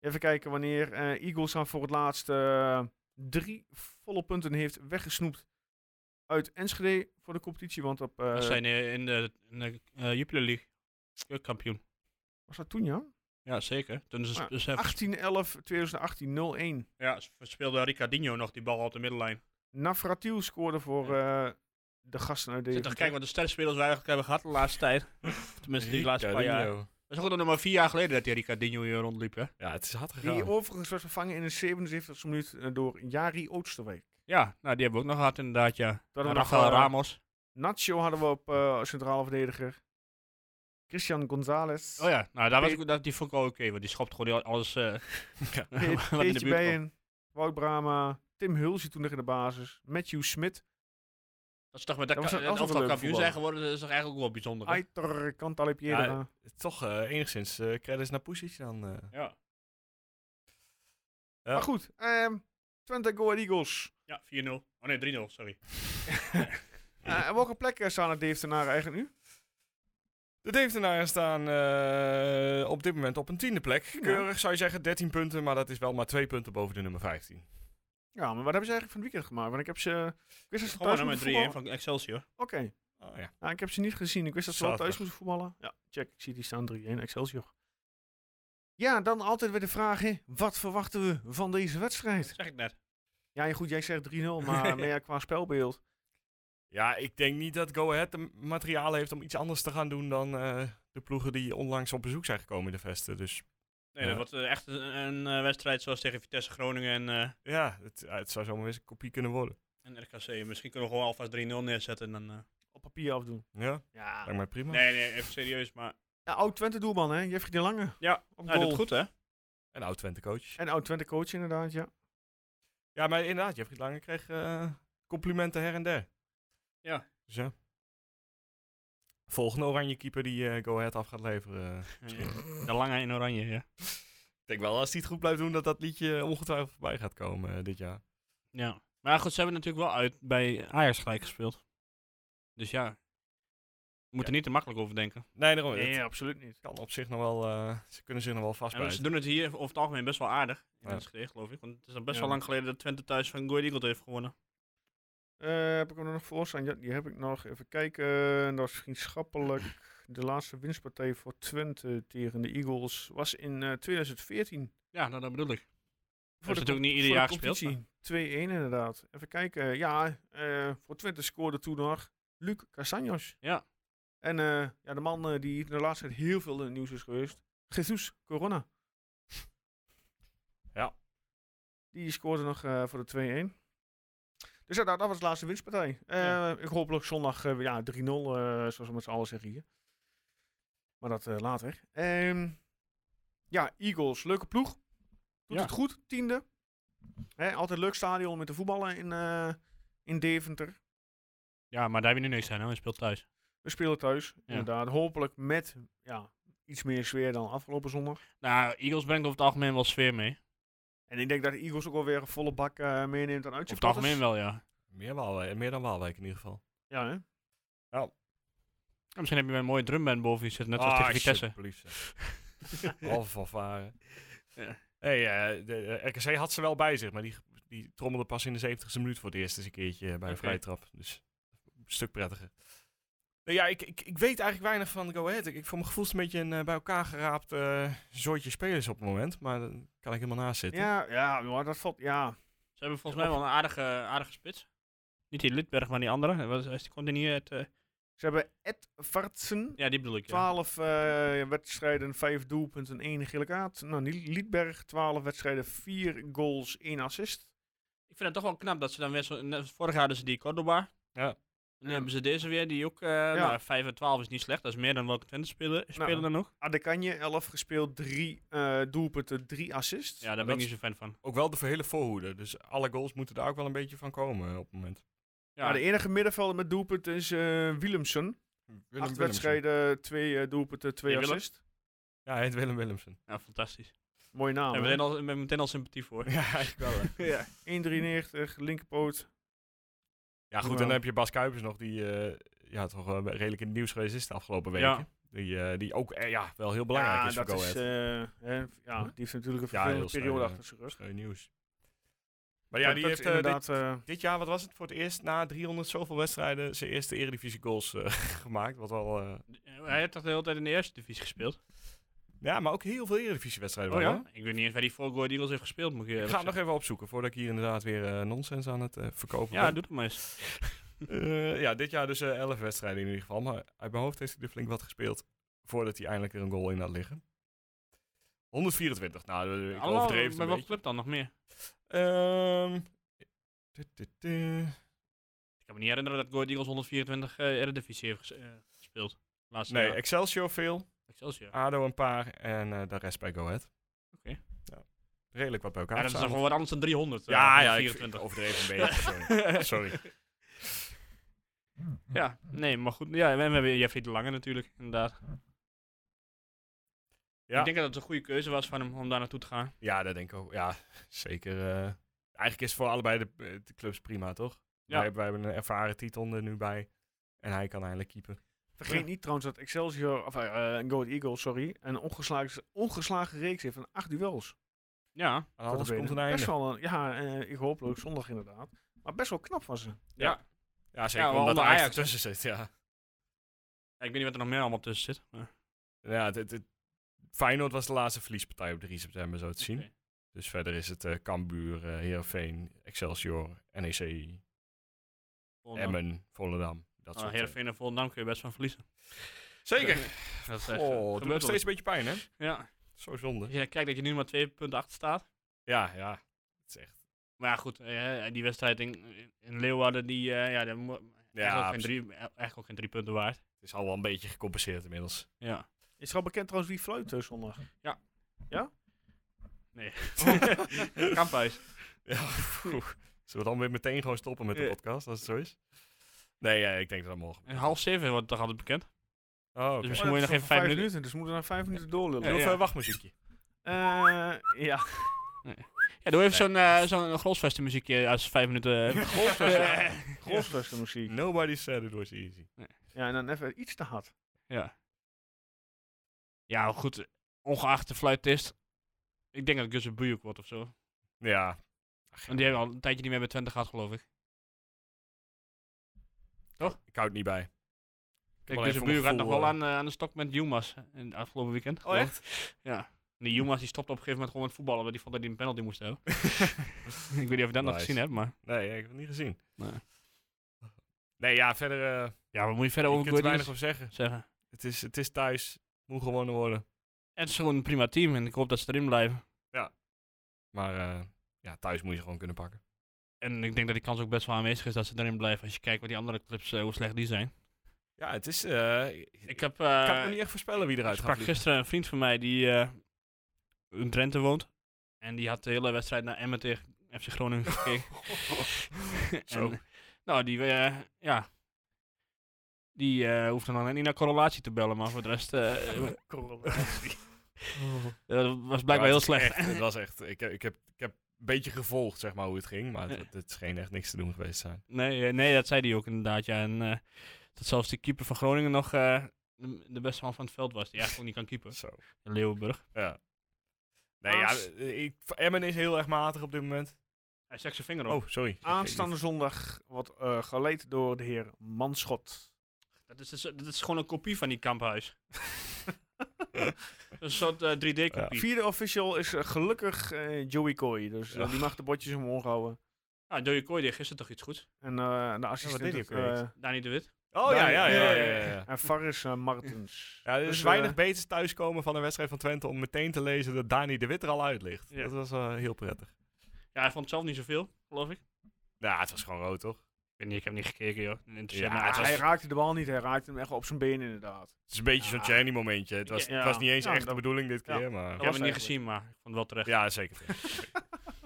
Even kijken wanneer eh, Eagles dan voor het laatst eh, drie volle punten heeft weggesnoept uit Enschede voor de competitie. Want op, eh,
Dat zijn eh, in de, in de eh, Jupiler League. Keukenkampioen.
was dat toen, ja?
Ja, zeker. Toen is
Ja,
dus,
18-11, 2018, 0-1.
ja, ze speelde Ricardinho nog die bal op de middenlijn.
Navratil scoorde voor eh, de gasten uit
Ik
deze.
zit toch kijken wat de sterrenspelers we eigenlijk hebben gehad de laatste tijd. Of Tenminste, die laatste paar jaar.
Ricardinho.
Dat is ook nog maar vier jaar geleden dat die Ricardinho hier rondliep, hè?
Ja, het is hard
Die
gegaan.
overigens werd vervangen in de 77e minuut eh, door Jari Oosterwijk.
Ja, nou, die hebben we ook nog gehad inderdaad, ja.
Dat hadden we nog,
Rafael
eh,
Ramos.
Nacho hadden we op eh, centrale verdediger. Christian González.
Oh ja, nou, daar was
Pe-
ik, dat, die vond ik wel oké, want die schopt gewoon heel- alles eh
Ja.
wat in de buurt
Peetje
kwam.
Bijen, Wout Brama, Tim Hulsje toen nog in de basis. Matthew Smit,
Dat ze toch met dat,
Dat was
ka-
ook
dat
wel
elftal
leuk
kampioen
voetbal.
zijn geworden, Oh, dat is toch eigenlijk ook wel bijzonder, hè?
Aitor Cantalepiedra.
Ja, Toch eh, enigszins eh credits naar Poesic dan. eh.
Ja.
Maar goed, ehm, Twente Go Ahead Eagles.
Ja, 4-0. Oh nee, 3-0, sorry.
Eh, en welke plek eh, staan het Deventenaren eigenlijk nu?
De Deventenaren staan eh, op dit moment op een tiende plek. Keurig zou je zeggen, 13 punten, maar dat is wel maar twee punten boven de nummer 15.
Ja, maar wat hebben ze eigenlijk van het weekend gemaakt? Want ik heb ze... Ik wist dat ze
Gewoon
thuis
nummer
moeten
3
voetballen.
van Excelsior.
Oké.
Oh, ja.
Nou, ik heb ze niet gezien. Ik wist dat ze wel thuis
Zaterdag.
moesten voetballen. Ja, check. Ik zie die staan 3-1 Excelsior. Ja, dan altijd weer de vraag, hè. Wat verwachten we van deze
Dat
wedstrijd?
zeg ik net.
Ja, goed, jij zegt 3-0, maar meer qua spelbeeld.
ja, ik denk niet dat Go Ahead de materiaal heeft om iets anders te gaan doen dan eh, de ploegen die onlangs op bezoek zijn gekomen in de vesten. Dus
Nee,
Ja.
dat wordt eh, echt een, een, eh, wedstrijd zoals tegen Vitesse Groningen en, eh,
ja, het, eh, het zou zomaar eens een kopie kunnen worden.
en RKC. Misschien kunnen we gewoon alvast 3-0 neerzetten en dan... eh,
Op papier afdoen.
Ja,
Ja.
lijkt mij prima.
Nee, nee, even serieus, maar...
oud-Twente doelman, hè. Jeffrey de Lange.
Ja,
op
Hij
goal.
doet goed, hè?
Een oud-Twente coach.
En oud-Twente coach, inderdaad, ja.
Ja, maar inderdaad, Jeffrey Lange kreeg eh, complimenten her en der.
Ja.
Dus ja. Volgende oranje keeper die eh, Go Ahead af gaat leveren.
De lange in oranje, ja.
Ik denk wel, als hij het goed blijft doen, dat dat liedje ongetwijfeld voorbij gaat komen eh, dit jaar.
Ja. Maar goed, ze hebben natuurlijk wel uit bij Ajax gelijk gespeeld. Dus ja. We moeten er niet te makkelijk over denken.
Nee, daarom.
Nee,
Het
absoluut niet.
kan op zich nog wel, eh, ze kunnen zich nog wel
En ze
vastbijten.
doen het hier over het algemeen best wel aardig. In
Ja.
Enschede, geloof ik. Want het is al best
Ja.
wel lang geleden dat Twente thuis van Goy Eagles heeft gewonnen.
Eh, heb ik hem er nog voor staan? Ja, die heb ik nog. Even kijken. eh, Dat is vriendschappelijk. De laatste winstpartij voor Twente tegen de Eagles was in eh, 2014.
Ja, nou, dat bedoel ik.
Voor
natuurlijk niet ieder
voor de
jaar gespeeld,
competitie. 2-1 inderdaad. Even kijken. Ja, eh, voor Twente scoorde toen nog Luc Castaños.
Ja.
En eh, ja, de man eh, die de laatste tijd heel veel in het nieuws is geweest. Jesus Corona.
Ja.
Die scoorde nog eh, voor de 2-1. Dus ja, dat, dat was de laatste winstpartij. Eh,
Ja.
Ik hoop nog zondag eh, ja, 3-0, eh, zoals we met z'n allen zeggen hier. Maar dat eh, later. Ehm, ja, Eagles, leuke ploeg. Doet
Ja.
het goed, tiende. Hè, altijd leuk stadion om met de voetballen in, eh, in Deventer.
Ja, maar daar hebben we nu niks aan, hè? Hij speelt thuis.
We spelen thuis,
Ja.
inderdaad. Hopelijk met ja, iets meer sfeer dan afgelopen zondag.
Nou, Eagles brengt over het algemeen wel sfeer mee.
En ik denk dat de Eagles ook alweer een volle bak eh, meeneemt aan
Over
uitje.
het algemeen wel, ja.
Meer, Waalwijk, meer dan Waalwijk in ieder geval.
Ja, hè?
En misschien heb je wel een mooie drumband boven je zitten, net als tegen Vitesse.
alsjeblieft, zeg. Halve van varen.
Ja.
Hey, eh, de eh, RKC had ze wel bij zich, maar die, die trommelde pas in de 70ste minuut voor het eerst eens een keertje eh, bij
Oké.
een vrije trap. Dus een stuk prettiger. Nou ja, ik, ik, ik weet eigenlijk weinig van Go Ahead. Ik, ik voor mijn gevoel is het een beetje een eh, bij elkaar geraapt eh zoortje spelers op het moment. Maar daar kan ik helemaal naast zitten.
Ja, ja, maar dat valt. Ja,
Ze hebben volgens mij wel een aardige, aardige spits. Niet die Lidberg, maar die andere. Eh, wat is- Komt die niet uit... eh,
ze hebben Ed Vartsen.
Ja, die bedoel ik, ja.
12 eh, wedstrijden, 5 doelpunten, 1 gele kaart. Nou, Niel- Liedberg, 12 wedstrijden, 4 goals, 1 assist.
Ik vind het toch wel knap dat ze dan weer zo... net- Vorig jaar hadden ze die Cordoba.
Ja.
En nu hebben ze deze weer, die ook... eh Nou, 5 en 12 is niet slecht. Dat is meer dan welke Twente spelen,
Nou,
spelen dan nog.
Adekanje, 11 gespeeld, 3 eh, doelpunten, 3 assists.
Ja, daar ben
dat
ik
is-
niet zo fan van.
Ook wel de hele voorhoede. Dus alle goals moeten daar ook wel een beetje van komen eh, op het moment.
Ja, de enige middenvelder met doelpunten is eh Willemsen.
Willem
Acht
Willemsen.
wedstrijden, twee eh, doelpunten, twee
Die Willem?
assists.
Ja, hij heet Willem Willemsen.
Ja, fantastisch.
Mooie naam.
Daar
hè?
hebben we meteen al- meteen al sympathie voor.
Ja, eigenlijk wel. hè.
Ja, 1,93, linkerpoot.
Ja, goed, en dan heb je Bas Kuipers nog, die eh, ja, toch wel redelijk in het nieuws geweest is de afgelopen weken.
Ja.
Die, eh, die ook eh, ja, wel heel belangrijk
ja,
is voor
dat
Go
is,
Ahead.
eh, hè, ja, die heeft natuurlijk een
Ja,
vervelende
heel snel,
periode
ja.
achter zijn rug.
Schreeuw nieuws. Maar ja,
Dat-
die
dat
heeft
is
eh, dit,
inderdaad... eh,
dit jaar, wat was het, voor het eerst na 300 zoveel wedstrijden zijn eerste eredivisie goals eh, gemaakt. Wat wel, eh,
Hij heeft toch de hele tijd in de eerste divisie gespeeld?
ja, maar ook heel veel eredivisie
Oh
wedstrijden.
Ik weet niet eens waar die voor Go Eagles heeft gespeeld, moet ik je
Oh, Ik ga het nog even opzoeken voordat ik hier inderdaad weer eh, nonsens aan het eh, verkopen
Ja,
ben.
doe het maar eens.
Eh, ja, dit jaar dus eh, 11 wedstrijden in ieder geval. Maar uit mijn hoofd heeft hij er flink wat gespeeld. Voordat hij eindelijk er een goal in had liggen. 124. Nou, eh, ik
Allemaal,
overdreef het een
Bij welke
beetje.
club dan nog meer?
Ehm, tu- tu- tu.
Ik kan me niet herinneren dat Go Ahead Eagles 124 eh Eredivisie heeft ges- eh, gespeeld. Laatste
Nee,
jaar.
Excelsior veel.
Excelsior.
ADO een paar. En eh, de rest bij Go Ahead.
Oké.
Ja, redelijk wat bij elkaar.
ja, dat is nog
verzameld.
wel wat anders dan 300. eh,
ja, ja, ik,
24.
ik overdreef een beetje. Sorry. sorry.
Ja, nee, maar goed. Ja, en we hebben Jeffrey de Lange natuurlijk, inderdaad.
Ja.
Ik denk dat het een goede keuze was van hem om daar naartoe te gaan.
Ja, dat denk ik ook. Ja, zeker. eh, eigenlijk is het voor allebei de, eh, de clubs prima, toch?
Ja.
Wij, wij hebben een ervaren titel er nu bij. En hij kan eindelijk keeper.
Vergeet
Ja.
niet trouwens dat Excelsior, of eh eh, Go Ahead Eagles, sorry, een ongeslagen, ongeslagen reeks heeft van acht duels.
Ja,
Aan alles
Tot op
Nou, komt een
heden.
einde.
Best wel een, ja, eh, ik hoop leuk zondag inderdaad. Maar best wel knap van ze.
ja.
Ja, zeker
Ja,
omdat
waaronder
Ajax
Ajax, hè?
ertussen zit, ja.
Ik weet niet wat er nog meer allemaal tussen zit. maar-
ja het, het, het- Feyenoord was de laatste verliespartij op 3 september, zo te zien.
Oké.
Dus verder is het eh Cambuur, eh Heerenveen, Excelsior, NEC,
Volendam.
Emmen, Volendam. Dat
Ah,
soort eh,
Heerenveen en Volendam kun je best van verliezen.
Zeker!
Dat is echt, eh,
Oh, het doet
gebeurt
nog
wel eens.
steeds een beetje pijn, hè?
Ja.
Zo zonde.
Als je kijkt dat je nu maar twee punten achter staat.
Ja, ja. Het is echt...
Maar ja, goed, eh, die wedstrijd in, in Leeuwarden, die, eh, ja, die mo- eigenlijk, ook geen
precies.
drie, eh, eigenlijk ook geen drie punten waard.
Het is al wel een beetje gecompenseerd inmiddels.
Ja.
Is er al bekend trouwens wie fluit eh, zondag? Oh.
Kamphuis.
Ja, oeh. Zullen we dan weer meteen gewoon stoppen met de
Ja.
podcast, als het zo is? Nee, eh, ik denk dat dat morgen.
En half zeven wordt toch altijd bekend.
Oh, oké.
Dus
Oh,
misschien
dat
moet je
is
nog even
over
vijf minuten.
Dus we moeten nog vijf minuten doorlullen.
Doe
Ja,
even
ja.
een wachtmuziekje.
Ja. ja.
Ja, doe even
Nee.
zo'n eh, zo'n grolsvesten muziekje als vijf minuten. eh,
Golfsluister. Golfsluister muziek.
Nobody said it was easy.
Ja, en dan even iets te hard.
ja. Ja, maar goed, ongeacht de fluitist. Ik denk dat Gus een buurk wordt of zo.
Ja,
Want die hebben al een tijdje niet meer bij Twente gehad, geloof ik.
ik houd het niet bij.
Kijk,
alleen
Gus
voor mijn
een buurk had nog eh,
gevoel, Oh,
Oh, wel aan, eh, aan de stok met Jumas in het afgelopen weekend. geloof ik. Ja. Die jongens die stopte op een gegeven moment gewoon met voetballen, want die vond dat hij een penalty moest hebben. ik weet niet of je dat nog
Nice.
gezien hebt, maar...
Nee, ik heb het niet gezien.
Nee.
Nee, ja, verder. eh
Ja, wat moet je verder
ik
over
kan er
Guardiola
weinig over zeggen.
zeggen?
Het is, het is thuis. Moet gewonnen worden.
Het is gewoon een prima team en ik hoop dat ze erin blijven.
Maar eh, ja, thuis moet je ze gewoon kunnen pakken.
En ik denk dat die kans ook best wel aanwezig is dat ze erin blijven. Als je kijkt wat die andere clubs, eh, hoe slecht die zijn.
Ja, het is. eh,
Ik
ik
heb...
kan
eh,
het nog niet echt voorspellen wie eruit gaat.
Ik sprak
vliegen.
gisteren een vriend van mij die eh, in Drenthe woont. En die had de hele wedstrijd naar Emmen tegen FC Groningen gekeken.
Zo.
En, nou, die, eh, ja. Die eh, hoeft dan alleen niet naar correlatie te bellen, maar voor de rest. eh, eh, dat was blijkbaar
Ja,
heel
het is
slecht.
echt- het was echt. Ik, heb- ik, heb, ik heb een beetje gevolgd, zeg maar, hoe het ging. Maar het,
Ja.
het, scheen echt niks te doen geweest te zijn.
Nee, eh, nee, dat zei hij ook inderdaad. Ja. En eh, dat zelfs de keeper van Groningen nog eh, de, de beste man van het veld was. Die eigenlijk ook niet kan keepen.
Zo.
In Leeuwenburg.
Ja. Nee, ja, eh,
Aans-
ik, Emmen is heel erg matig op dit moment.
Hij stak zijn vinger op.
Oh, sorry.
Aanstaande zondag wordt eh, geleid door de heer Manschot.
Dat is, dat is gewoon een kopie van die kamphuis. een soort eh, 3D-kopie.
Vierde official is eh, gelukkig eh, Joey Coy. Dus eh,
Ach.
die mag de bordjes omhoog houden.
Nou, Dojo Kooi deed gisteren toch iets goed?
En eh, de assistent...
deed hij ook
eh,
weer eens?
Dani de Wit.
Oh ja, ja, ja. ja,
Nee.
ja, ja.
en Faris eh, Martens.
Ja, er is
Dus, eh,
weinig beters thuiskomen van een wedstrijd van Twente om meteen te lezen dat Dani de Wit er al uit ligt.
Ja.
Dat was eh, heel prettig.
Ja, hij vond het zelf niet zoveel, geloof ik. Ik
Nou, het was gewoon rood, toch?
weet niet, ik heb niet gekeken, joh. Het interesseert
Ja,
me
Ah,
eigenlijk.
Hij raakte de bal niet, hij raakte hem echt op zijn been inderdaad.
Het is een beetje
Ja.
zo'n Channy momentje. Het was,
Ja.
het was niet eens
Ja,
echt de
dat-
bedoeling dit
ja.
keer, maar...
Ik heb
was
het niet
eigenlijk.
gezien, maar ik vond het wel terecht.
Ja, zeker.
Ik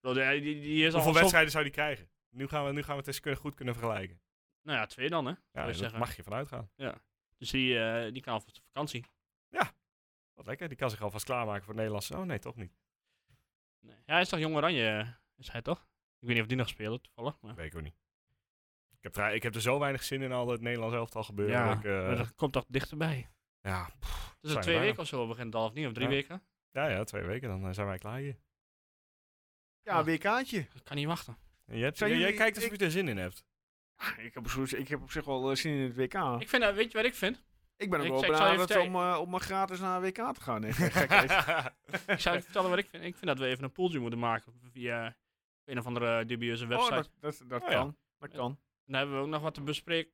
bedoel, die, die, die is al
Hoeveel
zo-
wedstrijden zou die krijgen? Nu gaan we, nu gaan we het eens kunnen- goed kunnen vergelijken.
Nou ja, twee dan, hè.
Ja,
je
daar
zeggen.
mag je vanuit gaan.
Dus die, eh, die kan al op vakantie.
Wat lekker, die kan zich alvast klaarmaken voor het Nederlandse. Oh nee, toch niet.
Nee. Ja, hij is toch Jong Oranje, eh, is hij toch? Ik weet niet of die nog speelt, toevallig. Maar...
Weet ik ook niet. Ik heb, er, ik heb er zo weinig zin in al het Nederlands elftal gebeuren.
Ja,
dat ik, eh,
maar dat komt toch dichterbij.
ja,
Dus
zijn
twee
er
weken of zo begint het al, of niet? Of drie
Ja.
weken?
ja, ja, twee weken, dan eh, zijn wij klaar hier.
Ja,
Ja.
WK'tje.
Ik kan niet wachten.
En Jij,
Zijn
jij
jullie-
kijkt alsof
ik-
je er zin in hebt.
Ik heb, zo- ik heb op zich wel eh, zin in het WK. Ik,
Ik vind, dat- weet je wat ik vind?
ben ook
ik
wel
zeg- ik zal je
benaderd om, eh, om maar gratis naar een WK te gaan. Nee, gekheid.
Ik zou je vertellen wat ik vind. Ik vind dat we even een poeltje moeten maken via een of andere dubieuze
oh,
website.
dat, dat, dat
Oh, ja.
kan. Dat kan.
Dan hebben we ook nog wat te bespreken.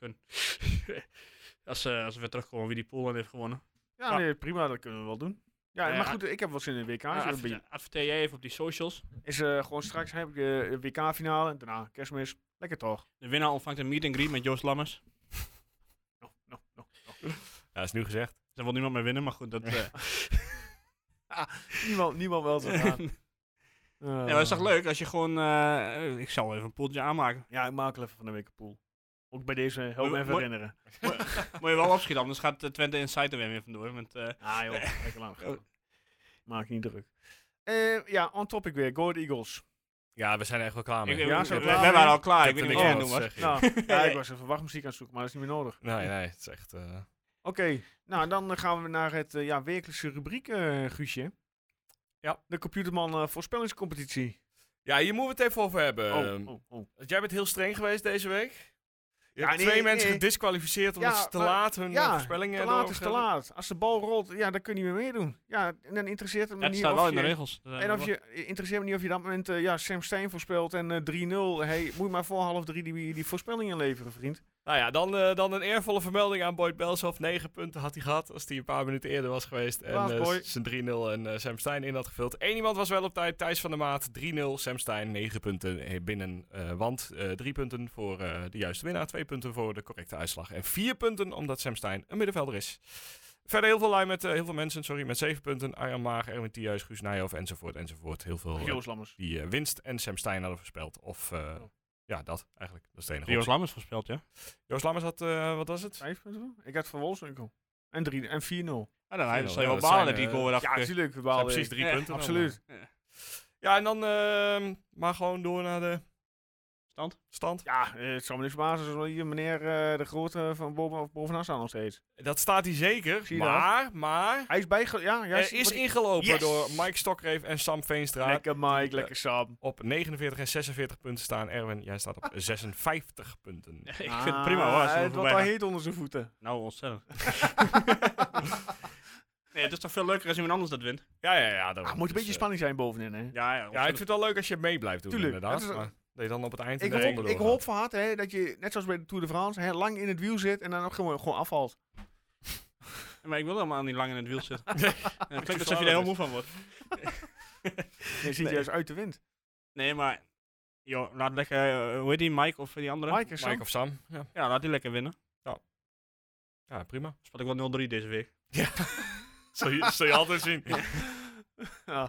als, eh, als we weer terugkomen wie die pool dan heeft gewonnen.
Ja,
Ja.
Nee, prima, dat kunnen we wel doen. Ja,
Nou ja,
maar goed, ik heb wel zin in WK.
Ja,
Is,
adver- adverteer jij even op die socials.
is eh, gewoon straks heb ik de WK-finale en daarna kerstmis. Lekker toch?
De winnaar ontvangt een meet and greet met Joost Lammers.
No, no, no.
Ja, is nu gezegd.
Dus Daar wil niemand meer winnen, maar goed. Dat, eh
Niemand, niemand wel zo gaan.
nee, maar het is toch leuk als je gewoon... eh, eh, ik zal even een poeltje aanmaken.
Ja, ik maak wel even van de week een pool. Ook bij deze, help me
Mo-
even
mo-
herinneren.
Moet je wel opschieten, anders gaat eh, Twente Insight er weer mee vandoor. Met, eh,
Ah joh, lekker lang. gaan. Maak je niet druk. Eh, ja, on topic weer. Go Ahead Eagles.
Ja, we zijn er echt wel klaar
ik,
mee.
ik-
Ja,
we,
zo
we
klaar, hè?
waren al klaar, ik
Ik
weet
heb
niet
er
wat je aan
niks
het doen
over
was.
te zeggen.
Nou, ja, ik was even wachtmuziek aan het zoeken, maar dat is niet meer nodig.
Nee, nee, het is echt... eh,
Oké, nou dan eh, gaan we naar het eh, ja, wekelijkse rubriek, eh, Guusje.
Ja.
De Computerman eh, voorspellingscompetitie.
Ja, hier moeten we het even over hebben.
oh,
Ehm,
oh, oh.
want Jij bent heel streng geweest deze week. Je
Ja,
hebt
nee,
twee mensen
nee.
gedisqualificeerd omdat
Ja,
ze te
maar-
laat hun
ja,
eh, voorspellingen
Te laat is te
doorgeven.
laat. Als de bal rolt, ja, dan kun je niet meer meedoen. Ja, en dan interesseert het me
Dat
niet
staat
of
wel in
je...
de regels. eh, Dat
En
hebben
of
we
je, eh, interesseert me niet of je dat moment eh, ja, Sam Stein voorspelt en eh, 3-0. Hey, moet je maar voor half drie die, die voorspellingen leveren, vriend.
Nou ja, dan, eh, dan een eervolle vermelding aan Boyd Belshoff. 9 punten had hij gehad als hij een paar minuten eerder was geweest. En
Braaf,
eh,
Boy.
z- zijn 3-0 en eh, Sam Stein in had gevuld. Eén iemand was wel op tijd. Thijs van der Maat, 3-0. Sam Stein, 9 punten eh, binnen. eh want eh 3 punten voor eh, de juiste winnaar. 2 punten voor de correcte uitslag. En 4 punten omdat Sam Stein een middenvelder is. Verder heel veel lui met eh, heel veel mensen, sorry, met 7 punten. Arjan Maag, Erwin Thijs, Guus Nijhoff, enzovoort, enzovoort. Heel veel eh,
Joost Lammers.
die eh, winst en Sam Stein hadden voorspeld. Of eh, ja, dat eigenlijk. Dat is de enige
Joost
optie.
Lammers voorspeld, ja.
Joost Lammers had, eh, wat was het?
Vijf punten? Ik had van Wolfswinkel. En, drie- en 4-0.
Ah, dan
Ja,
zou je wel
dat
balen
zijn,
dat die
eh,
goal weer
Ja,
afkeurt.
natuurlijk. We
Dat
behaalden-
zijn precies drie
Ja,
punten. dan,
Absoluut.
maar. Ja, en dan ehm, maar gewoon door naar de
Stand?
stand.
Ja, eh, het zal me niks verbazen als wel hier meneer eh, de grote van boven, bovenaan staat nog steeds.
Dat staat hij zeker,
Zie je
maar, maar
Hij is bijge... Ja, ja.
er is ingelopen
Yes!
door Mike Stokreef en Sam Veenstra.
Lekker Mike, lekker Sam.
Op 49 en 46 punten staan. Erwin, jij staat op
Ah.
56 punten.
Ik vind het prima hoor.
Ah,
als ze er
Het wordt
voorbij
al
gaan.
heet onder zijn voeten.
Nou, ontzettend. Nee, het is toch veel leuker als iemand anders dat wint.
Ja, ja, ja. daarom.
Ah, moet een
Dus,
beetje
eh,
spanning zijn bovenin, hè?
Ja, ja.
Ja, ik vind het wel leuk als je mee blijft doen,
Tuurlijk,
inderdaad.
dat is-
maar dat je dan op het eind in
Ik,
de
hoop,
ronde
ik
doorgaat.
hoop van harte hè, dat je, net zoals bij de Tour de France, hè, lang in het wiel zit en dan ook gewoon, gewoon afvalt.
Maar ik wil helemaal niet lang in het wiel zitten.
Nee.
Het klinkt alsof je
verhaal
er heel
is.
moe van wordt.
Je ziet juist uit de wind.
Nee, maar... Joh, laat lekker... eh, hoe heet die? Mike of die andere?
Mike en Sam.
eh, Mike of Sam. Ja,
Ja, laat die lekker winnen.
ja prima.
Spat ik wel 0-3 deze week.
Zul je, zul je altijd zien.
Ja.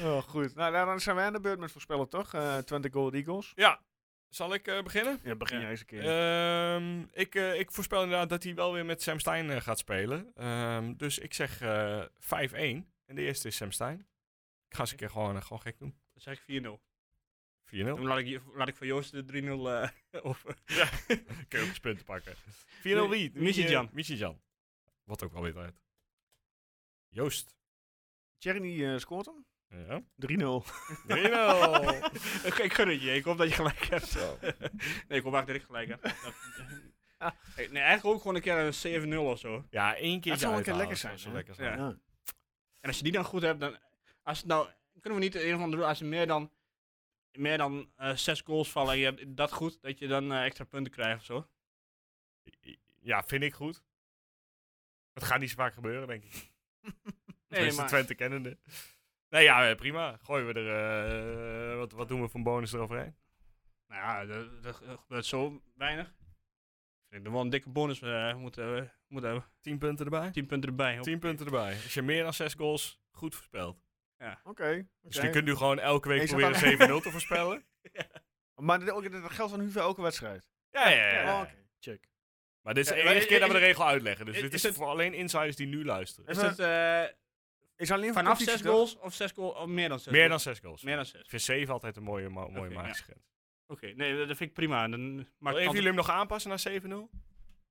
Oh, goed. Nou, daar- dan zijn wij aan de beurt met voorspellen, toch? Eh Twente Gold Eagles.
Ja, zal ik eh, beginnen?
Ja, Eh, begin
Ja.
jij eens een keer.
Ehm, ik, eh, ik voorspel inderdaad dat hij wel weer met Sam Stein eh, gaat spelen. Ehm, dus ik zeg eh 5-1. En de eerste is Sam Stein. Ik ga eens een keer gewoon, eh, gewoon gek doen.
Dan zeg ik 4-0.
4-0.
Dan laat ik, laat ik voor Joost de 3-0 eh, over.
Kun je ook eens punten pakken. 4-0
Nee,
wie?
Michijan.
Michijan. Wat ook wel weer uit. Joost.
Tjerni eh, scoort hem.
Ja.
3-0.
3-0.
Oké, ik gun het je. Ik hoop dat je gelijk hebt. Nee, ik hoop eigenlijk dat ik gelijk heb. Dat- Nee, eigenlijk ook gewoon een keer een 7-0 of zo.
ja, één keer
Dat zou een keer lekker zijn, hè?
lekker
Ja.
zijn.
Ja.
En als je die dan goed hebt, dan. Als het nou, kunnen we niet een of andere doen als je meer dan, meer dan eh, zes goals vallen en je hebt dat goed, dat je dan eh, extra punten krijgt of zo.
Ja, vind ik goed. Het gaat niet zo vaak gebeuren, denk ik.
Nee,
Tenminste,
maar,
Twente kennende. Nee, ja, eh, prima. Gooien we er... eh, wat, wat doen we van bonus eroverheen?
nou ja, dat, dat gebeurt zo weinig. Ik denk dat we wel een dikke bonus eh, moeten, eh, moeten hebben.
10 punten erbij.
10 punten erbij.
10 punten erbij. Als je meer dan 6 goals goed voorspelt.
Oké.
Dus
oké.
je kunt nu gewoon elke week
Is dat
proberen
dan-
7-0 te voorspellen.
Maar dat, ook- dat geldt dan nu voor elke wedstrijd.
Ja, ja,
Eh,
ja.
Oh,
ja.
oké. Check.
Maar dit is
Ja,
de enige
maar-
keer dat we de regel uitleggen. Dus
Is-
dit
is
is,
het-
voor alleen insiders die nu luisteren.
Is het eh,
Is alleen voor
vanaf
competitie,
6
toch?
goals of, 6 goals of meer dan 6
Meer dan 6 goals.
Meer dan 6.
Ik vind 7 altijd een mooie, ma- mooie
Oké,
magische grens.
Oké, nee, dat vind ik prima. Dan
Wil een
maak ik
van
altijd-
jullie hem nog aanpassen naar 7-0?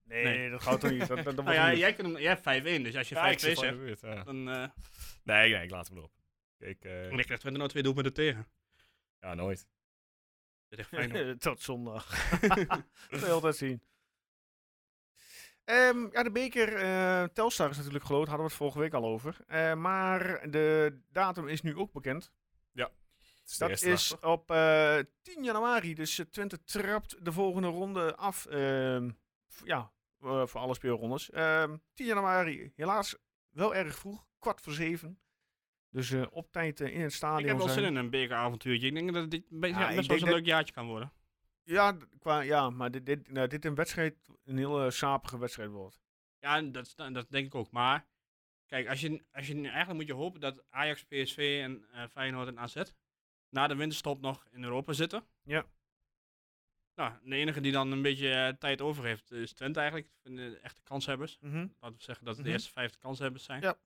Nee,
Nee.
dat gaat toch niet. Dat, dat, dat
Nou
wordt
ja,
moeilijk.
jij, kunt hem, jij hebt 5-1, dus als je 5-2
zit
zegt,
gewoon in de buurt, ja.
dan eh
Nee, nee, ik laat hem erop. Ik, eh,
dan krijgt Twente nou twee doelpunten tegen.
ja, nooit.
Dat is echt fijn. hoor.
Tot zondag. dat wil je altijd zien. Ehm, ja, de beker eh, Telstar is natuurlijk geloot. Hadden we het vorige week al over. Eh, maar de datum is nu ook bekend.
Het is de
Dat
eerste dag,
is
toch?
op eh, 10 januari. Dus eh, Twente trapt de volgende ronde af. ehm, v- ja, eh, voor alle speelrondes. Ehm, 10 januari, helaas wel erg vroeg. Kwart voor zeven. Dus eh, op tijd eh, in het stadion
Ik heb wel
zijn.
zin in een bekeravontuurtje. Ik denk dat dit be-
Ja,
ja,
ik
best wel
denk
eens een
dat-
leuk jaartje kan worden.
Ja, d- qua, ja maar dit, dit, nou, dit een wedstrijd, een hele sapige wedstrijd wordt.
Ja, en dat, is- dat denk ik ook. Maar kijk, als je, als je, eigenlijk moet je hopen dat Ajax, PSV en eh, Feyenoord en AZ na de winterstop nog in Europa zitten.
Ja.
Nou, de enige die dan een beetje eh, tijd over heeft is Twente eigenlijk. Ik vind de echte kanshebbers. Laten we zeggen dat het de
Mhm.
eerste vijfde kanshebbers zijn.
Ja.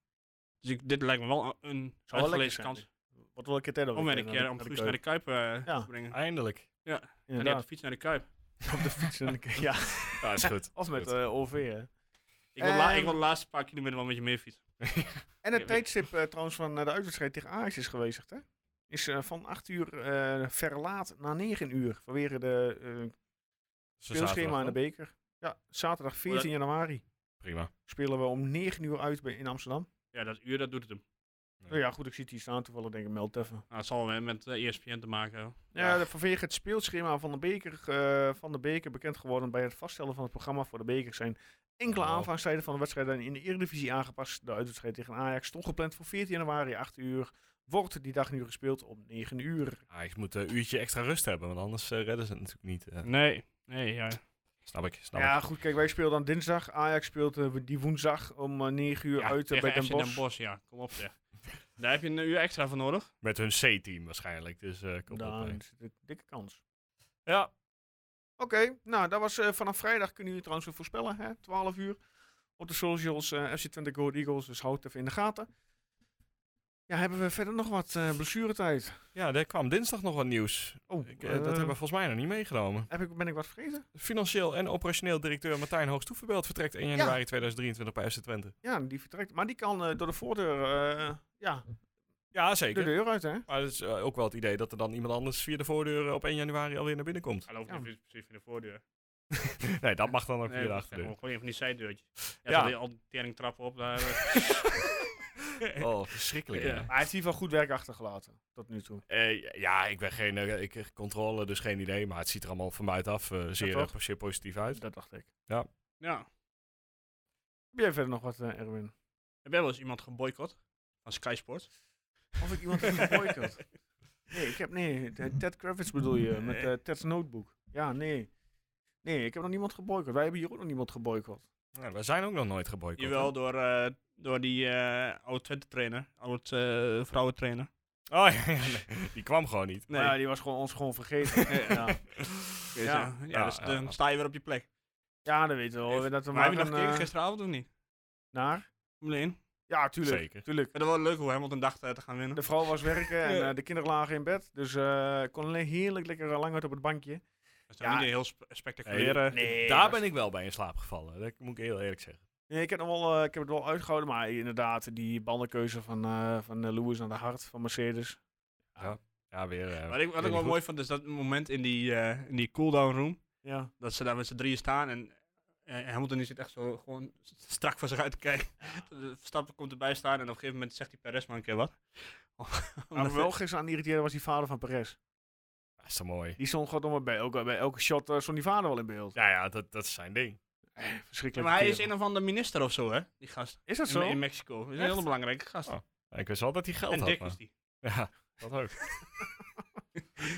Dus ik, dit lijkt me wel een- een
wel lekker
uitgelezen
zijn,
kans.
Wat wil ik het hebben?
Om weer een keer om Guus naar de Kuip eh,
Ja.
te brengen.
Eindelijk.
En die op
Inderdaad,
de fiets naar de Kuip.
op de fiets. en dan- ja,
Ja, is goed.
of met
Goed.
eh OV, hè.
Ik wil, la-
Ehm,
ik wil de laatste paar kilometer wel met je mee fietsen.
En
Ja,
het
weet-
tijdstip eh, trouwens van eh, de uitwedstrijd tegen Ajax is gewijzigd, hè? Is eh, van 8 uur eh, verlaat naar 9 uur. Vanwege de eh
Ze zaterdag
speelschema in de
dan.
beker. Ja, zaterdag 14 januari
Prima.
spelen we om 9 uur uit bij, in Amsterdam.
Ja, dat uur, dat doet het hem.
Ja.
Nou ja, goed, ik zie het hier staan toevallig, denk ik, meld het even.
Nou, het zal wel met eh, ESPN te maken hebben.
Ja, de- vanwege het speelschema van de, beker, eh, van de beker bekend geworden bij het vaststellen van het programma voor de beker zijn enkele
Oh.
aanvangstijden van de wedstrijden in de Eredivisie aangepast. De uitwedstrijd tegen Ajax stond gepland voor 14 januari 8 uur. Wordt die dag nu gespeeld om 9 uur.
Ajax moet eh, een uurtje extra rust hebben, want anders eh, redden ze het natuurlijk niet. eh.
Nee, nee, ja.
Snap ik, snap
Ja,
ik.
goed, kijk, wij spelen dan dinsdag. Ajax speelt eh, die woensdag om eh, 9 uur
Ja,
uit eh,
tegen
bij Den
FC
Bosch.
ja. Kom op zeg. Daar heb je een uur extra voor nodig.
Met hun C-team waarschijnlijk, dus eh kom op. hè.
Dan zit een dikke kans.
Ja,
Oké, nou, dat was eh, vanaf vrijdag. Kunnen jullie trouwens weer voorspellen, hè? 12 uur. Op de socials, eh, FC 20 Gold Eagles, dus houd het even in de gaten. Ja, hebben we verder nog wat eh blessuretijd?
ja, er kwam dinsdag nog wat nieuws.
Oh,
Ik, eh, dat hebben we volgens mij nog niet meegenomen.
heb ik, ben ik wat vergeten?
Financieel en operationeel directeur Martijn Hoogstoeverbelt vertrekt 1 januari 2023 bij FC Twente.
Ja, die vertrekt. Maar die kan eh, door de voordeur, eh, ja,
Ja,
de
zeker.
deur uit, hè?
Maar het is eh, ook wel het idee dat er dan iemand anders via de voordeur eh, op 1 januari alweer naar binnen komt.
Hij loopt
Ja.
nu precies in de voordeur.
nee, dat mag dan ook
Nee,
via de
dat zijn
achterdeur.
gewoon gewoon een van die zijdeurtjes. Ja,
Ja.
ja. al die teringtrappen op daar. eh.
Oh, verschrikkelijk.
Ja.
ja.
Maar hij heeft hier wel goed werk achtergelaten, tot nu toe.
Eh, ja, ik ben geen eh, ik ik controle, dus geen idee. Maar het ziet er allemaal van buitenaf eh, zeer,
toch?
eh, zeer positief uit.
Dat dacht ik.
ja.
Heb jij verder nog wat, eh, Erwin?
Heb jij wel eens iemand geboycott? Van Sky Sport?
Of ik iemand heb geboycott? Nee, ik heb... Nee, de- Ted Kravitz bedoel je, met eh, Ted's Notebook. Ja, nee. Nee, ik heb nog niemand geboycott. Wij hebben hier ook nog niemand geboycott.
Ja, Nou, we zijn ook nog nooit geboycott.
Jawel, door, eh, door die eh oude Twente trainer. Oud eh, vrouwentrainer.
hè? Oh, ja, ja, nee. Die kwam gewoon niet.
Maar ja, die was gewoon ons gewoon vergeten. ja.
ja,
ja.
ja,
Ja,
dus
ja,
dan
ja.
sta je weer op je plek.
ja, dat weten we wel.
Even-
Dat we
maar heb je
maar
nog
een,
gekeken
eh,
gisteravond of niet?
naar?
Formule 1.
Ja, tuurlijk.
Zeker.
Tuurlijk.
Het was wel leuk hoe Hamilton dacht eh, te gaan winnen.
De vrouw was werken en
Ja.
eh, de kinderen lagen in bed. Dus eh, ik kon alleen heerlijk lekker eh, lang uit op het bankje.
Dat is nou
Ja.
niet een heel spe- spectaculair. eh,
Daar ben ik wel bij in slaap gevallen. Dat moet ik heel eerlijk zeggen.
Nee, ik heb, nog wel, eh, ik heb het wel uitgehouden, maar inderdaad, die bandenkeuze van, eh, van eh, Lewis aan de hart van Mercedes.
Ja, weer. eh,
Wat ik, wat ik
weer
wel
niet
mooi vond, is dat moment in die, eh, in die cooldown room.
Ja.
Dat ze daar met z'n drieën staan en eh, Hamilton die zit echt zo gewoon strak voor zich uit te kijken. De Verstappen komt erbij staan en op een gegeven moment zegt hij Perez maar een keer wat.
Waar
Omdat-
me wel gisteren aan irriteerde was die vader van Perez.
goed. Ja, Ah, is toch mooi.
Die stond gewoon bij elke, bij elke shot eh, stond die vader wel in beeld.
Ja, ja dat, dat is zijn ding.
Eh,
Ja,
verschrikkelijk.
maar hij is
kerel.
een of andere minister of zo, hè? Die gast.
Is dat
In-
zo?
In, Mexico. Is een
Echt?
hele belangrijke gast.
Oh, Ik wist wel dat hij geld
en
had.
dik
maar-
is die.
Ja, dat ook.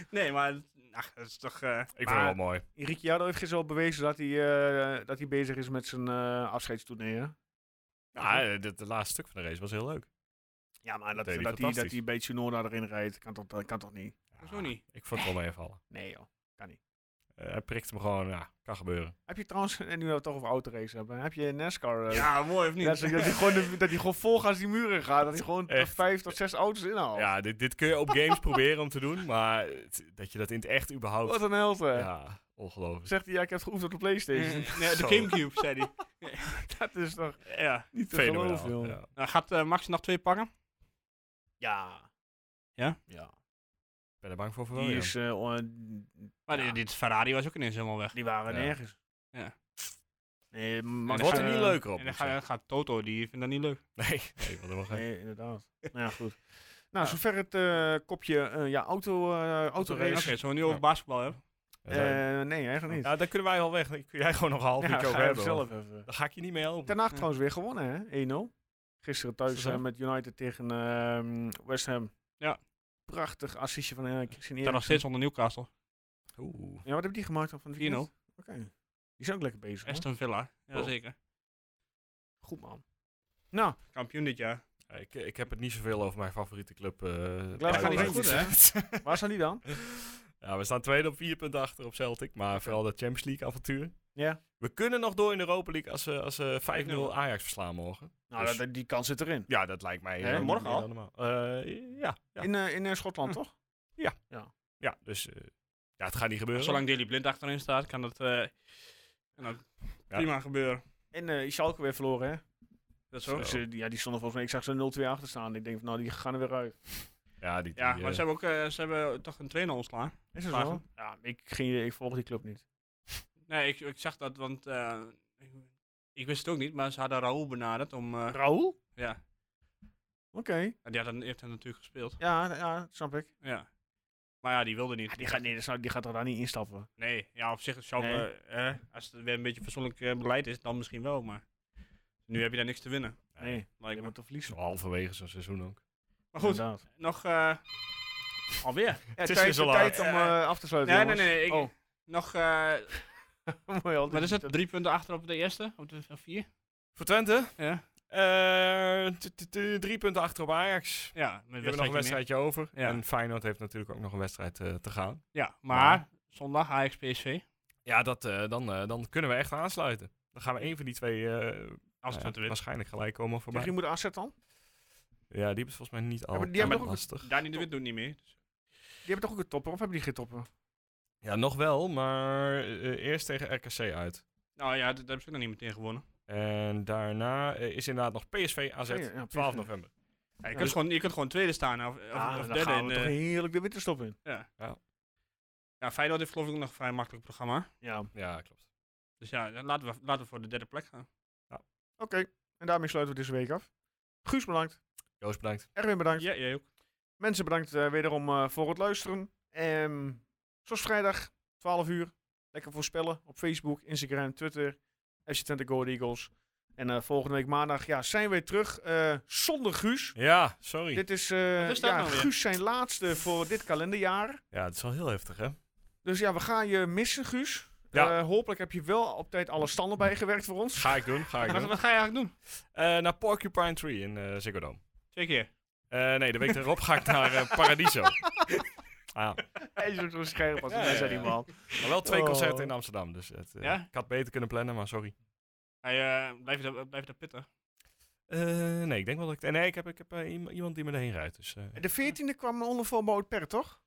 Nee, maar het- ach, dat is toch. eh,
Ik
Maar-
vind het wel mooi.
Ricciardo heeft gisteren wel bewezen dat hij, eh, dat hij bezig is met zijn eh afscheidstournee. hè?
Ja, eh, dit- het laatste stuk van de race was heel leuk.
Ja, maar dat,
deed
dat,
hij
hij, dat
fantastisch.
hij bij Tsunoda erin rijdt, kan toch, dat kan toch niet?
Hoezo niet?
Ik vond het wel meevallen.
Nee joh.
Eh, hij prikte me gewoon, ja, kan gebeuren.
Heb je trouwens, en nu we het toch over autoracen hebben, heb je NASCAR... eh,
ja, mooi of niet?
Dat, dat, hij gewoon de, dat hij gewoon volgaans die muren gaat. Dat hij gewoon tot
Echt.
vijf tot zes auto's
Oh.
inhaalt.
Ja, dit, dit kun je op games proberen om te doen, maar het- dat je dat in het echt überhaupt...
Wat een held,
eh,
hè.
Ja, ongelooflijk.
Zegt hij, ja, ik heb geoefend op de Playstation.
Eh, nee, de
Zo.
Gamecube, zei hij.
dat is toch
Ja.
niet te geloven,
Fenomenaal.
joh.
Ja.
Nou, gaat eh, Max nog twee pakken?
Ja.
Ja?
Ja.
Ik ben er bang voor voor wel,
Die,
Oh, ja.
is, eh, on-
Maar
Ja.
dit, dit Ferrari was ook ineens helemaal weg.
die waren
Ja.
nergens.
Ja.
Nee,
Het
Max...
wordt er
eh,
niet leuker op.
en
moet
dan
ik
gaat,
zeggen.
dan gaat Toto, die vindt dat niet leuk.
Nee, nee, wat helemaal geen.
Nee, inderdaad. nou ja, goed. Nou, zover het eh, kopje eh, ja, auto, eh
Oké,
autorace.
zullen we het nu over basketbal hebben?
Ja, zijn-
Eh, nee, eigenlijk niet.
Ja, dan kunnen wij wel weg. Dan kun jij gewoon nog een half
Ja,
uur
ga
over
je
hebben. hoor.
zelf even.
Dan ga ik je niet meer helpen.
Ten Hag
Ja.
trouwens weer gewonnen, hè? 1-0. Gisteren thuis
Zo zo.
eh, met United tegen ehm, West Ham.
Ja.
Prachtig assistje van eh Christian
Ik sta nog
Eriksen.
steeds onder Newcastle.
Oeh.
Ja, wat hebben die gemaakt dan van
4-0.
het weekend? Oké. Die zijn ook lekker bezig, hoor.
Aston Villa.
Oh.
Jazeker.
Goed, man. Nou,
Kampioen dit jaar.
Ja, Ik, ik heb het niet zoveel over mijn favoriete club. eh,
Blijf
bij
gaan niet
Oranje.
goed, hè? Waar staan die dan?
Ja, we staan tweede op vier punten achter op Celtic. Maar vooral dat Champions League avontuur.
Ja.
We kunnen nog door in de Europa League als ze als ze 5-0
5-0
Ajax verslaan morgen.
Nou,
Dus-
dat- die kans zit erin.
Ja, dat lijkt mij...
Hè,
eh,
morgen
meer
al?
dan normaal. Eh, ja, ja.
In, eh, in eh, Schotland,
Hm.
toch?
ja, dus... eh, ja, het gaat niet gebeuren.
Zolang Daily Blind achterin staat, kan dat, eh, kan dat
Ja.
prima gebeuren.
En eh Schalke weer verloren, hè?
Dat is zo.
Dus, eh, die- ja, die stonden volgens mij... Ik zag ze 0-2 achter staan. Ik denk, van, nou, die gaan er weer uit.
Ja, die, die,
Ja,
eh,
maar ze hebben, ook, eh, ze hebben toch een trainer ontslaan.
Is het
Maar
zo?
goed.
Ja, ik, ging, ik volg die club niet.
Nee, ik, ik zag dat, want eh, ik, ik wist het ook niet, maar ze hadden Raoul benaderd om... eh,
Raoul? Oké.
ja, en die had, dan- heeft hem natuurlijk gespeeld.
Ja, ja, snap ik.
Ja. Maar ja, die wilde niet.
Ja, Ah, die, gaat, nee, dat zou- die gaat toch daar niet instappen?
Nee, ja, op zich is Schalke,
Nee.
eh, eh, als het weer een beetje persoonlijk eh, beleid is, dan misschien wel, maar nu heb je daar niks te winnen,
Nee,
lijkt
je
me.
moet toch verliezen.
zo halverwege zo'n seizoen ook.
Maar goed,
Inderdaad.
nog, eh, alweer.
Ja, het
is
tijd,
weer zo
tijd om
laat.
eh, af te sluiten.
Nee, nee,
jongens.
nee, nee, ik-
Oh,
Nog, eh
mooi al.
wat is het? Drie punten achter op de eerste, op de op vier?
Voor Twente?
Ja,
eh, t- t- t- drie punten achter op Ajax.
ja met
We hebben nog een
wedstrijd.
wedstrijdje over.
Ja.
En Feyenoord heeft natuurlijk ook nog een wedstrijd eh, te gaan.
Ja, maar
Maar-
zondag Ajax PSV.
Ja, dat, eh, dan, eh, dan kunnen we echt aansluiten. Dan gaan we één van die twee eh,
Als
nou
het
ja,
Twente wint.
waarschijnlijk gelijk komen voorbij.
Misschien moet AZ dan?
Ja, die hebben het volgens mij niet al.
maar die
Ja,
hebben
maar
toch
lastig.
Dani de Wit doet niet meer. Dus.
Die hebben toch ook een topper? Of hebben die geen topper?
Ja, nog wel, maar eh, eerst tegen RKC uit.
Nou ja, dat, daar hebben ze ook nog niet meteen gewonnen.
En daarna eh, is inderdaad nog PSV AZ,
Oh ja, ja,
12
PSV.
november.
Ja, je,
Ja,
kunt
dus-
gewoon, je kunt gewoon tweede staan of, of,
Ah,
of
dan
derde.
gaan we
in
toch
de-
heerlijk de winterstop in.
ja.
Ja.
Ja. Feyenoord heeft geloof ik ook nog een vrij makkelijk programma.
Ja.
Ja, klopt.
Dus ja, dan laten we, laten we voor de derde plek gaan.
Oké, en daarmee sluiten we deze week af. Guus bedankt,
Joost, bedankt.
Erwin bedankt,
Ja, jij ook.
mensen bedankt eh, wederom eh, voor het luisteren. Ehm, zoals vrijdag, 12 uur, lekker voorspellen op Facebook, Instagram, Twitter, FC Twente Go Ahead Eagles. En eh, volgende week maandag ja, zijn we weer terug, eh, zonder Guus.
Ja, sorry.
Dit is, eh,
Wat is dat
ja,
nou weer?
Guus zijn laatste voor dit kalenderjaar.
Ja, het is wel heel heftig, hè?
Dus ja, we gaan je missen, Guus.
Ja.
Eh, hopelijk heb je wel op tijd alle standen bijgewerkt voor ons.
Ga ik doen, ga ik
Wat,
doen.
wat ga je eigenlijk doen?
Eh, naar Porcupine Tree in eh Ziggo Dome.
Twee keer.
Eh, nee, de week erop ga ik naar eh, Paradiso. Ah,
Hij is zo scherp als
Ja,
wij
ja,
zijn
ja.
die man.
maar wel twee
Oh.
concerten in Amsterdam, dus het, eh,
Ja?
ik had beter kunnen plannen, maar sorry.
Ga je, eh, blijf, je daar, blijf je daar pitten?
Eh, nee, ik denk wel dat ik... eh, Nee, ik heb, ik heb eh, iem- iemand die me erheen rijdt, dus... eh,
De 14e kwam onder voorbouwd per, toch?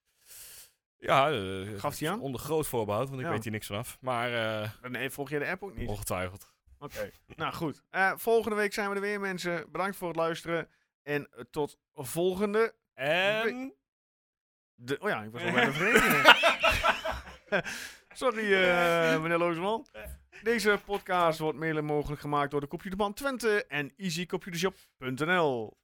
ja, eh,
Gaf hij aan?
onder groot voorbehoud, want ik
Ja.
weet hier niks vanaf. Maar eh,
Nee, volg je de app ook niet.
ongetwijfeld.
Oké. nou goed. Eh, volgende week zijn we er weer, mensen. Bedankt voor het luisteren. En eh, tot volgende.
En...
De... Oh ja, ik was al bij de vereniging. Sorry, eh, meneer Loosman. Deze podcast wordt mede mogelijk gemaakt door de Computerman Twente en easycomputershop.nl.